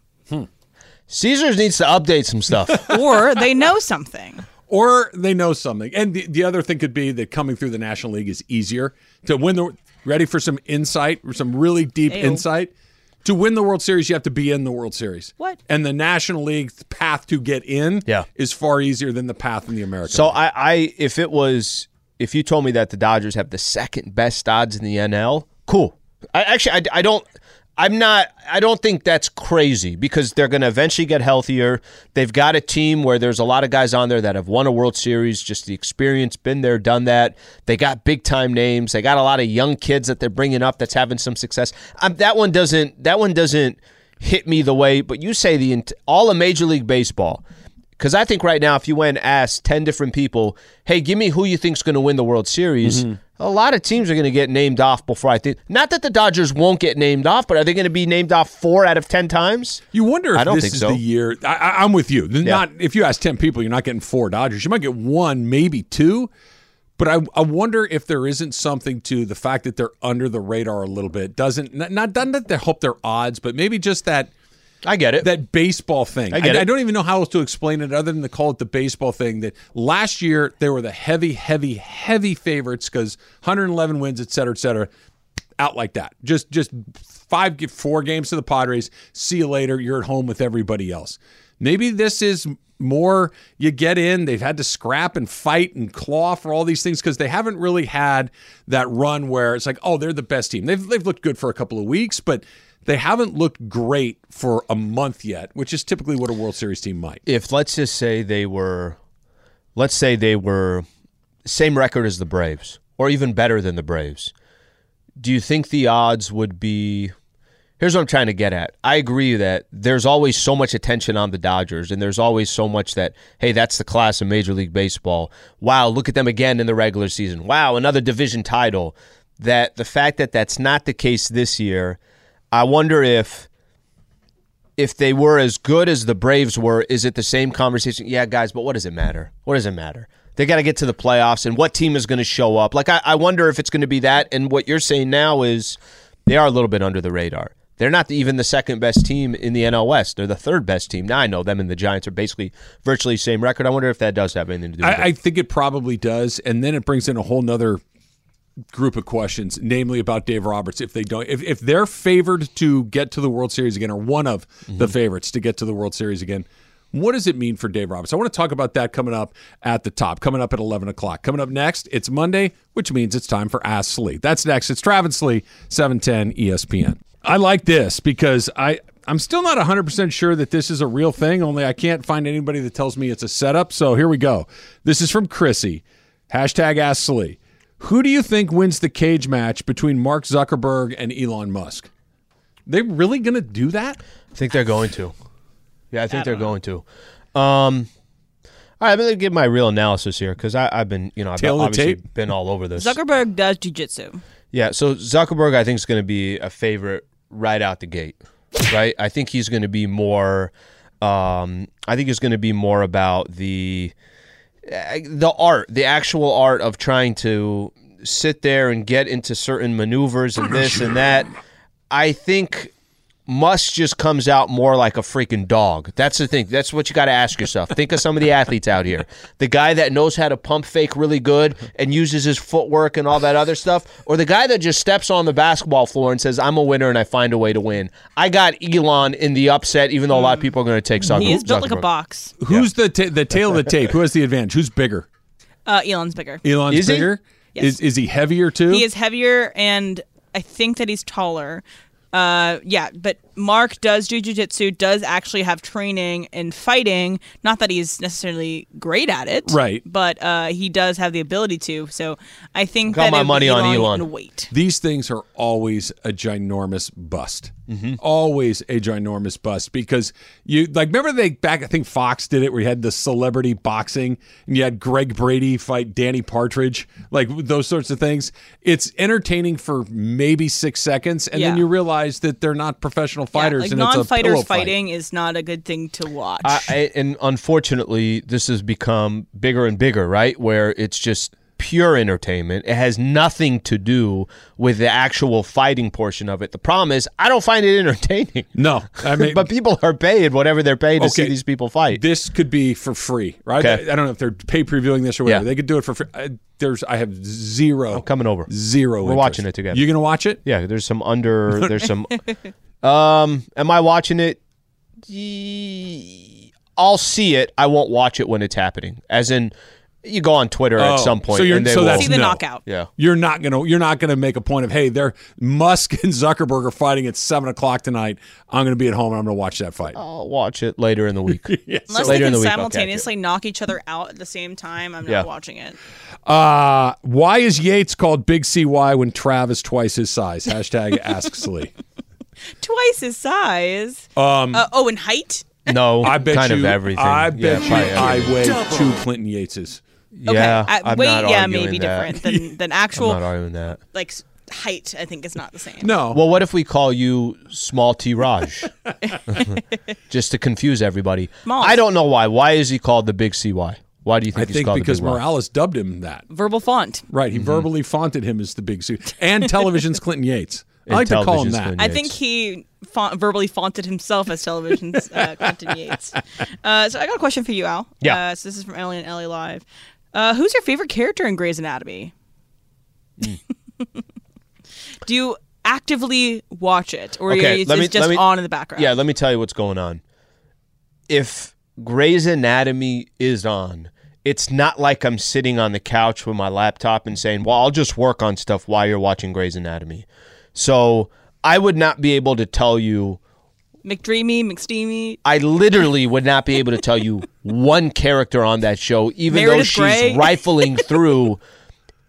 B: Caesars needs to update some stuff.
C: Or they know something.
A: or they know something. And the, the other thing could be that coming through the National League is easier to win the. Ready for some insight, some really deep
C: Ayo.
A: insight. To win the World Series, you have to be in the World Series.
C: What?
A: And the National League path to get in
B: Yeah.
A: is far easier than the path in the American.
B: So
A: League.
B: I, I, if it was, if you told me that the Dodgers have the second best odds in the NL, cool. I actually, I, I don't, I'm not, I don't think that's crazy because they're going to eventually get healthier. They've got a team where there's a lot of guys on there that have won a World Series, just the experience, been there, done that. They got big time names. They got a lot of young kids that they're bringing up that's having some success. Um, that one doesn't, that one doesn't hit me the way. But you say the ent- all of Major League Baseball. Because I think right now, if you went and asked 10 different people, hey, give me who you think's going to win the World Series, a lot of teams are going to get named off before I think. Not that the Dodgers won't get named off, but are they going to be named off four out of 10 times?
A: you wonder if
B: I don't
A: this
B: think
A: is
B: so.
A: the year. I, I, I'm with you. There's Not if you ask ten people, you're not getting four Dodgers. You might get one, maybe two. But I, I wonder if there isn't something to the fact that they're under the radar a little bit. Doesn't not, not doesn't that they help their odds, but maybe just that
B: I get it.
A: that baseball thing.
B: I get it.
A: don't even know how else to explain it other than to call it the baseball thing. That last year they were the heavy, heavy, heavy favorites because 111 wins, et cetera, et cetera. Out like that. Just just five, get four games to the Padres. See you later. You're at home with everybody else. Maybe this is more you get in they've had to scrap and fight and claw for all these things because they haven't really had that run where it's like oh they're the best team they've, they've looked good for a couple of weeks but they haven't looked great for a month yet, which is typically what a World Series team might.
B: if let's just say they were, let's say they were same record as the Braves or even better than the Braves, do you think the odds would be here's what I'm trying to get at. I agree that there's always so much attention on the Dodgers, and there's always so much that, hey, that's the class of Major League Baseball. Wow, look at them again in the regular season. Wow, another division title. That the fact that that's not the case this year, I wonder if if they were as good as the Braves were, is it the same conversation? Yeah, guys, but what does it matter? What does it matter? They got to get to the playoffs, and what team is going to show up? Like, I, I wonder if it's going to be that. And what you're saying now is they are a little bit under the radar. They're not even the second best team in the NL West. They're the third best team. Now I know them and the Giants are basically virtually same record. I wonder if that does have anything to do with
A: I, I
B: it.
A: think it probably does, and then it brings in a whole nother group of questions, namely about Dave Roberts. If they don't, if, if they're favored to get to the World Series again, or one of the favorites to get to the World Series again, what does it mean for Dave Roberts? I want to talk about that coming up at the top, coming up at eleven o'clock. Coming up next, it's Monday, which means it's time for Ask Slee. That's next. It's Travis Slee, seven ten E ESPN. I like this because I. I'm still not 100% sure that this is a real thing, only I can't find anybody that tells me it's a setup. So here we go. This is from Chrissy. Hashtag Ask Slee. Who do you think wins the cage match between Mark Zuckerberg and Elon Musk? They really gonna do that?
B: I think they're going to. Yeah, I think they're going to. Um, all right, I'm going to give my real analysis here because I've been, you know, I've
A: Tail the
B: obviously
A: tape.
B: been all over this.
C: Zuckerberg does jujitsu.
B: Yeah, so Zuckerberg, I think, is going to be a favorite right out the gate, right? I think he's going to be more. Um, I think it's going to be more about the eh, the art, the actual art of trying to sit there and get into certain maneuvers and this and that. I think Musk just comes out more like a freaking dog. That's the thing. That's what you got to ask yourself. Think of some of the athletes out here. The guy that knows how to pump fake really good and uses his footwork and all that other stuff, or the guy that just steps on the basketball floor and says, I'm a winner and I find a way to win. I got Elon in the upset, even though a lot of people are going to take Zucker- Uh, Zuckerberg.
C: He is built like a box.
A: Who's the ta- the tail of the tape? Who has the advantage? Who's bigger?
C: Uh, Elon's bigger.
A: Elon's
B: Is he?
A: bigger.
C: Yes.
A: Is is he heavier too?
C: He is heavier, and I think that he's taller. Uh, yeah, but Mark does do jujitsu, does actually have training in fighting. Not that he's necessarily great at it,
A: Right.
C: But uh, he does have the ability to. So I think
B: Got
C: that
B: my
C: it'd be
B: money on Elon.
C: can Wait,
A: These things are always a ginormous bust.
C: Mm-hmm.
A: Always a ginormous bust because you like remember they back I think Fox did it where you had the celebrity boxing and you had Greg Brady fight Danny Partridge, like those sorts of things. It's entertaining for maybe six seconds, and then
C: Yeah.
A: you realize that they're not professional
C: Yeah,
A: fighters
C: like
A: and it's a
C: non-fighters
A: pillow fight.
C: fighting is not a good thing to watch.
B: I, I, and unfortunately, this has become bigger and bigger, right? Where it's just pure entertainment. It has nothing to do with the actual fighting portion of it. The problem is, I don't find it entertaining.
A: No, I mean,
B: but people are paid whatever they're paid to see
A: Okay.
B: these people fight.
A: this could be for free, right?
B: Okay.
A: I, I don't know if they're pay previewing this or whatever.
B: Yeah.
A: They could do it for free. I, there's, I have
C: Oh,
A: zero. I'm
B: coming over.
A: Zero.
B: We're watching it together.
A: You gonna watch it?
B: yeah, there's some under. There's some. Um, am I watching it? Ye- I'll see it. I won't watch it when it's happening. As in, you go on Twitter at
A: Oh,
B: some point
A: so you're-
B: and they
A: so
B: will.
A: that's
C: see the
A: no.
C: knockout.
B: yeah.
A: You're not gonna. You're not gonna make a point of hey, they're Musk and Zuckerberg are fighting at seven o'clock tonight. I'm gonna be at home and I'm gonna watch that fight.
B: I'll watch it later in the week.
C: Unless
B: later
C: they
B: in
C: can
B: the week, I'll catch it.
C: simultaneously knock each other out at the same time, I'm not
B: Yeah.
C: watching it.
A: Uh, why is Yates called Big CY when Trav is twice his size? Hashtag asks Lee.
C: Twice his size. Um. oh, and height.
B: No,
A: I bet
B: kind
A: you.
B: of everything.
A: I
B: Yeah,
A: bet
B: probably
A: you I
B: everything.
A: weigh two Clinton Yateses.
B: Yeah,
C: okay. I,
B: I'm
C: weight,
B: not
C: Uh, yeah,
B: arguing
C: may be
B: that.
C: different than than
B: I'm
C: actual
B: not arguing that.
C: like s- height. I think is not the same.
A: No.
B: Well, what if we call you Small T Raj, just to confuse everybody?
C: Small.
B: I don't know why. Why is he called the Big CY? Why do you
A: I
B: think he's
A: think
B: called
A: because
B: the Big Y? Mm-hmm.
A: Morales dubbed him that.
C: Verbal font.
A: Right. He verbally faunted him as the big suit. And television's Clinton Yates. I like to call him
B: television's
A: that.
B: Clinton
C: I think he font, verbally faunted himself as television's uh, Clinton Yates. Uh, so I got a question for you, Al.
B: Yeah.
C: Uh, so this is from Ellie and Ellie Live. Uh, who's your favorite character in Grey's Anatomy?
B: Hmm.
C: Do you actively watch it, or
B: Okay,
C: is
B: let
C: it
B: me-
C: just
B: let me-
C: on in the background?
B: Yeah, let me tell you what's going on. If Grey's Anatomy is on, it's not like I'm sitting on the couch with my laptop and saying, "Well, I'll just work on stuff while you're watching Grey's Anatomy." So I would not be able to tell you.
C: McDreamy, McSteamy.
B: I literally would not be able to tell you one character on that show, even though
C: Meredith
B: she's
C: Grey?
B: rifling through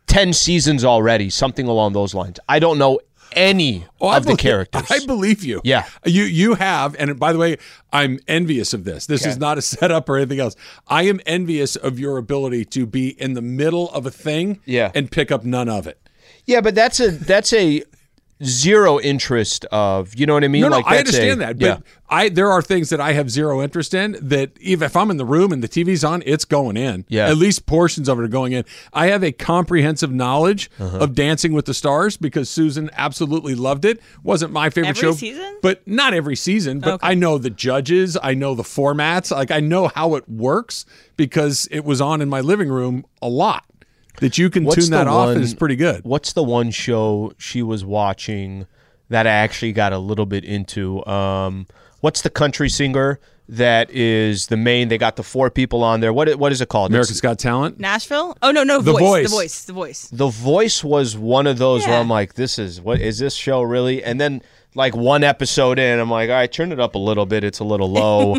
B: ten seasons already, something along those lines. I don't know any
A: Oh, I
B: of the
A: believe-
B: characters.
A: I believe you.
B: Yeah.
A: You you have, and by the way, I'm envious of this. This is not a setup or anything else. I am envious of your ability to be in the middle of a thing
B: Yeah.
A: and pick up none of it.
B: Yeah, but that's a that's a zero interest of you know what I mean.
A: No, no,
B: Like,
A: I
B: that's a-
A: understand that. But
B: yeah.
A: I there are things that I have zero interest in that even if I'm in the room and the TV's on, it's going in.
B: Yeah.
A: At least portions of it are going in. I have a comprehensive knowledge
B: Uh-huh.
A: of Dancing with the Stars because Susan absolutely loved it. Wasn't my favorite
C: Every
A: show.
C: season?
A: But not every season. But I know the judges, I know the formats, like I know how it works because it was on in my living room a lot. That you can tune that off is pretty good.
B: What's the one show she was watching that I actually got a little bit into? Um, what's the country singer that is the main? They got the four people on there. What i- what is it called?
A: America's
B: It's-
A: Got Talent.
C: Nashville? Oh no, no,
A: The Voice.
C: voice, the voice, the voice.
B: the voice was one of those where
C: Yeah.
B: I'm like, this is what is this show really? And then like one episode in, I'm like, all right, turn it up a little bit. It's a little low.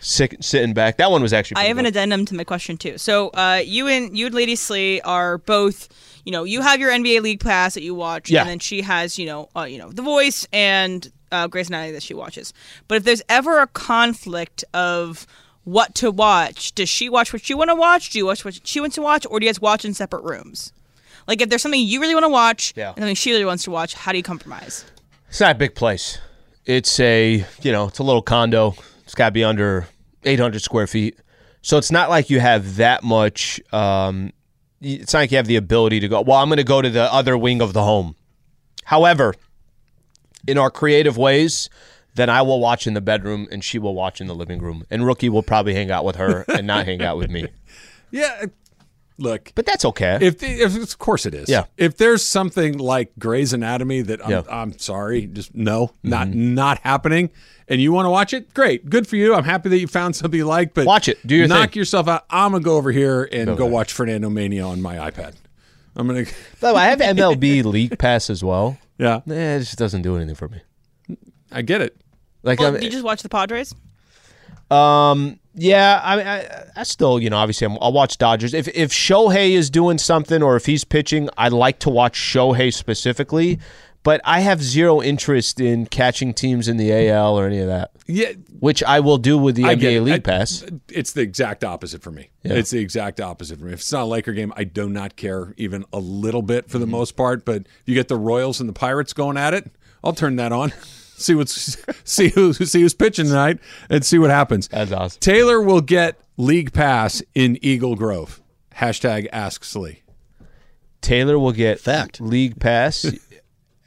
B: Sick, sitting back. That one was actually.
C: I
B: pretty
C: have an
B: good.
C: addendum to my question too. So uh, you and you and Lady Slee are both, you know, you have your NBA League Pass that you watch,
B: Yeah.
C: and then she has, you know, uh, you know, The Voice and uh, Grey's Anatomy that she watches. But if there's ever a conflict of what to watch, does she watch what you want to watch? Do you watch what she wants to watch, or do you guys watch in separate rooms? Like if there's something you really want to watch
B: Yeah.
C: and something she really wants to watch, how do you compromise?
B: It's not a big place. It's a you know, it's a little condo. It's got to be under 800 square feet. So it's not like you have that much. Um, y- it's not like you have the ability to go. Well, I'm going to go to the other wing of the home. However, in our creative ways, then I will watch in the bedroom and she will watch in the living room. And Rookie will probably hang out with her and not hang out with me.
A: Yeah. Look.
B: But that's okay.
A: If, the, if of course it is.
B: Yeah.
A: If there's something like Grey's Anatomy that I'm,
B: Yeah. Mm-hmm.
A: I'm sorry, just no, not not happening, and you want to watch it, great, good for you. I'm happy that you found something you like, but
B: Watch it. Do your
A: knock
B: thing.
A: yourself out. I'm gonna go over here and go watch Fernando Mania on my iPad. I'm gonna.
B: By the way, I have MLB League Pass as well.
A: Yeah.
B: Eh, it just doesn't do anything for me.
A: I get it.
B: Like,
C: Well,
B: I mean-
C: Oh, did you just watch the Padres?
B: Um. Yeah. I. mean, I, I still. You know. Obviously, I'm, I'll watch Dodgers. If if Shohei is doing something or if he's pitching, I like to watch Shohei specifically. But I have zero interest in catching teams in the AL or any of that,
A: Yeah,
B: which I will do with the
A: I get it.
B: NBA League
A: I-
B: Pass.
A: It's the exact opposite for me. It's the exact opposite for me. If it's not a Laker game, I do not care even a little bit for the most part. But you get the Royals and the Pirates going at it, I'll turn that on. See what's see who see who's pitching tonight and see what happens.
B: That's awesome.
A: Taylor will get league pass in Eagle Grove. Hashtag asks Lee.
B: Taylor will get
F: Fact.
B: league pass.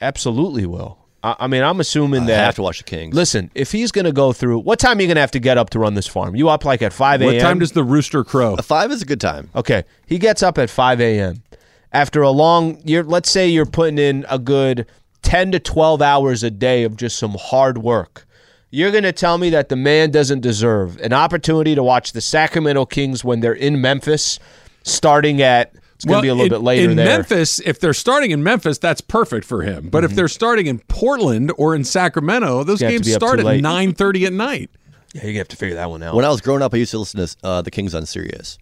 B: Absolutely will. I, I mean, I'm assuming
F: I
B: that
F: have to watch the Kings.
B: Listen, if he's going to go through, what time are you going to have to get up to run this farm? You up like at 5 a.m.
A: What time does the rooster crow?
F: A five is a good time.
B: Okay. He gets up at 5 a.m. After a long, you're, let's say you're putting in a good 10 to 12 hours a day of just some hard work. You're going to tell me that the man doesn't deserve an opportunity to watch the Sacramento Kings when they're in Memphis starting at, it's going to be a little
A: in-
B: bit later
A: in
B: there.
A: Memphis. If they're starting in Memphis, that's perfect for him. But if they're starting in Portland or in Sacramento, those
B: You Mm-hmm. have to
A: games
B: be up
A: start
B: too
A: at
B: late.
A: nine thirty at night.
B: Yeah, you have to figure that one out.
F: When I was growing up, I used to listen to uh, the Kings on Sirius.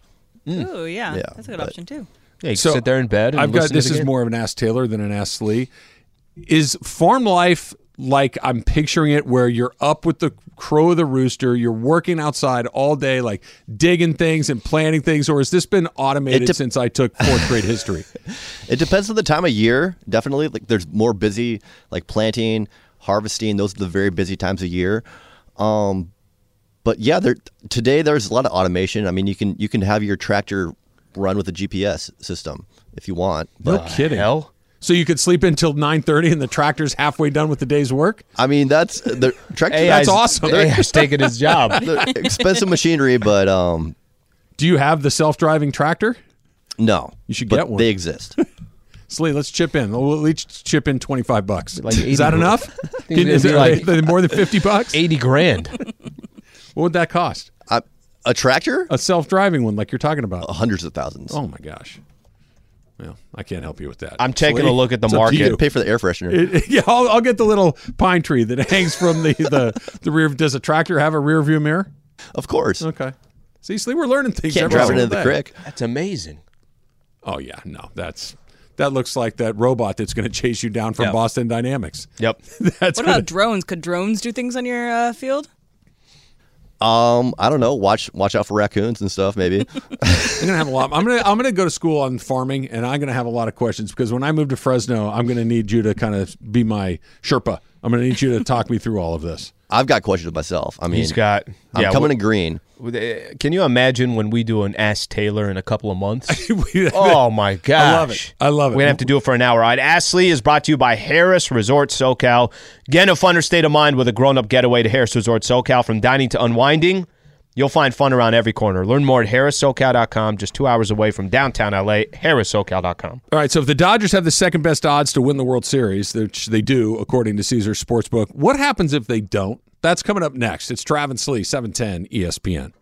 C: Ooh, yeah,
F: Yeah,
C: that's a good
F: but-
C: option too.
B: yeah, you can sit there in bed and
A: I've got
B: listen to
A: this
B: the
A: is
B: game.
A: more of an ask Taylor than an ask Lee. Is farm life like I'm picturing it, where you're up with the crow of the rooster, you're working outside all day, like digging things and planting things, or has this been automated
F: It dep-
A: since I took fourth grade history?
F: It depends on the time of year, definitely. Like there's more busy, like planting, harvesting. Those are the very busy times of year. Um, but yeah, there today there's a lot of automation. I mean, you can you can have your tractor run with a GPS system if you want. But
A: Kidding. Hell? So you could sleep until nine thirty, and the tractor's halfway done with the day's work.
F: I mean, that's the tractor.
A: That's AI's awesome.
B: AI's taking his job.
F: they're expensive machinery, but um,
A: Do you have the self-driving tractor?
F: no,
A: You should
F: But
A: get one.
F: They exist.
A: Slee, let's chip in. We'll each chip in twenty five bucks.
B: Like
A: is that
B: 80.
A: enough?
B: think
A: is
B: it'd
A: it
B: be like-
A: like, more than fifty bucks?
B: 80 grand.
A: What would that cost?
F: I, a tractor,
A: A self driving one, like you're talking about.
F: hundreds of thousands.
A: Oh my gosh. Well, I can't help you with that.
B: I'm taking a look at the
A: It's up to
B: market.
F: you
A: you.
F: could pay for the air freshener.
A: It- yeah, I'll, I'll get the little pine tree that hangs from the, the, the rear. Does a tractor have a rear view mirror?
F: of course,
A: Okay. See, Slee, we're learning things.
F: can't
A: every
F: drive it
A: single
F: into the
A: day.
F: creek.
B: That's amazing.
A: Oh yeah, no, that's that looks like that robot that's going to chase you down from
B: Yeah.
A: Boston Dynamics.
B: Yep.
A: That's
C: What about
A: gonna-
C: drones? Could drones do things on your uh, field?
F: Um, I don't know. Watch watch out for raccoons and stuff. Maybe
A: I'm gonna have a lot. I'm gonna I'm gonna go to school on farming, and I'm gonna have a lot of questions because when I move to Fresno, I'm gonna need you to kind of be my Sherpa. I'm gonna need you to talk me through all of this.
F: I've got questions myself. I mean,
B: He's got.
F: I'm
B: yeah,
F: coming
B: wh-
F: in green.
B: With, uh, Can you imagine when we do an Ask Taylor in a couple of months?
A: We-
B: oh my gosh.
A: I love it. I love it.
B: We're going to have to do it for an hour. All right. Ask Lee is brought to you by Harris Resort SoCal. Again, a funner state of mind with a grown up getaway to Harris Resort SoCal from dining to unwinding. You'll find fun around every corner. Learn more at harrissocal.com, just two hours away from downtown LA, harrissocal.com.
A: All right, so if the Dodgers have the second best odds to win the World Series, which they do according to E Caesar Sportsbook, what happens if they don't? That's coming up next. It's Travis Lee, 710 ESPN.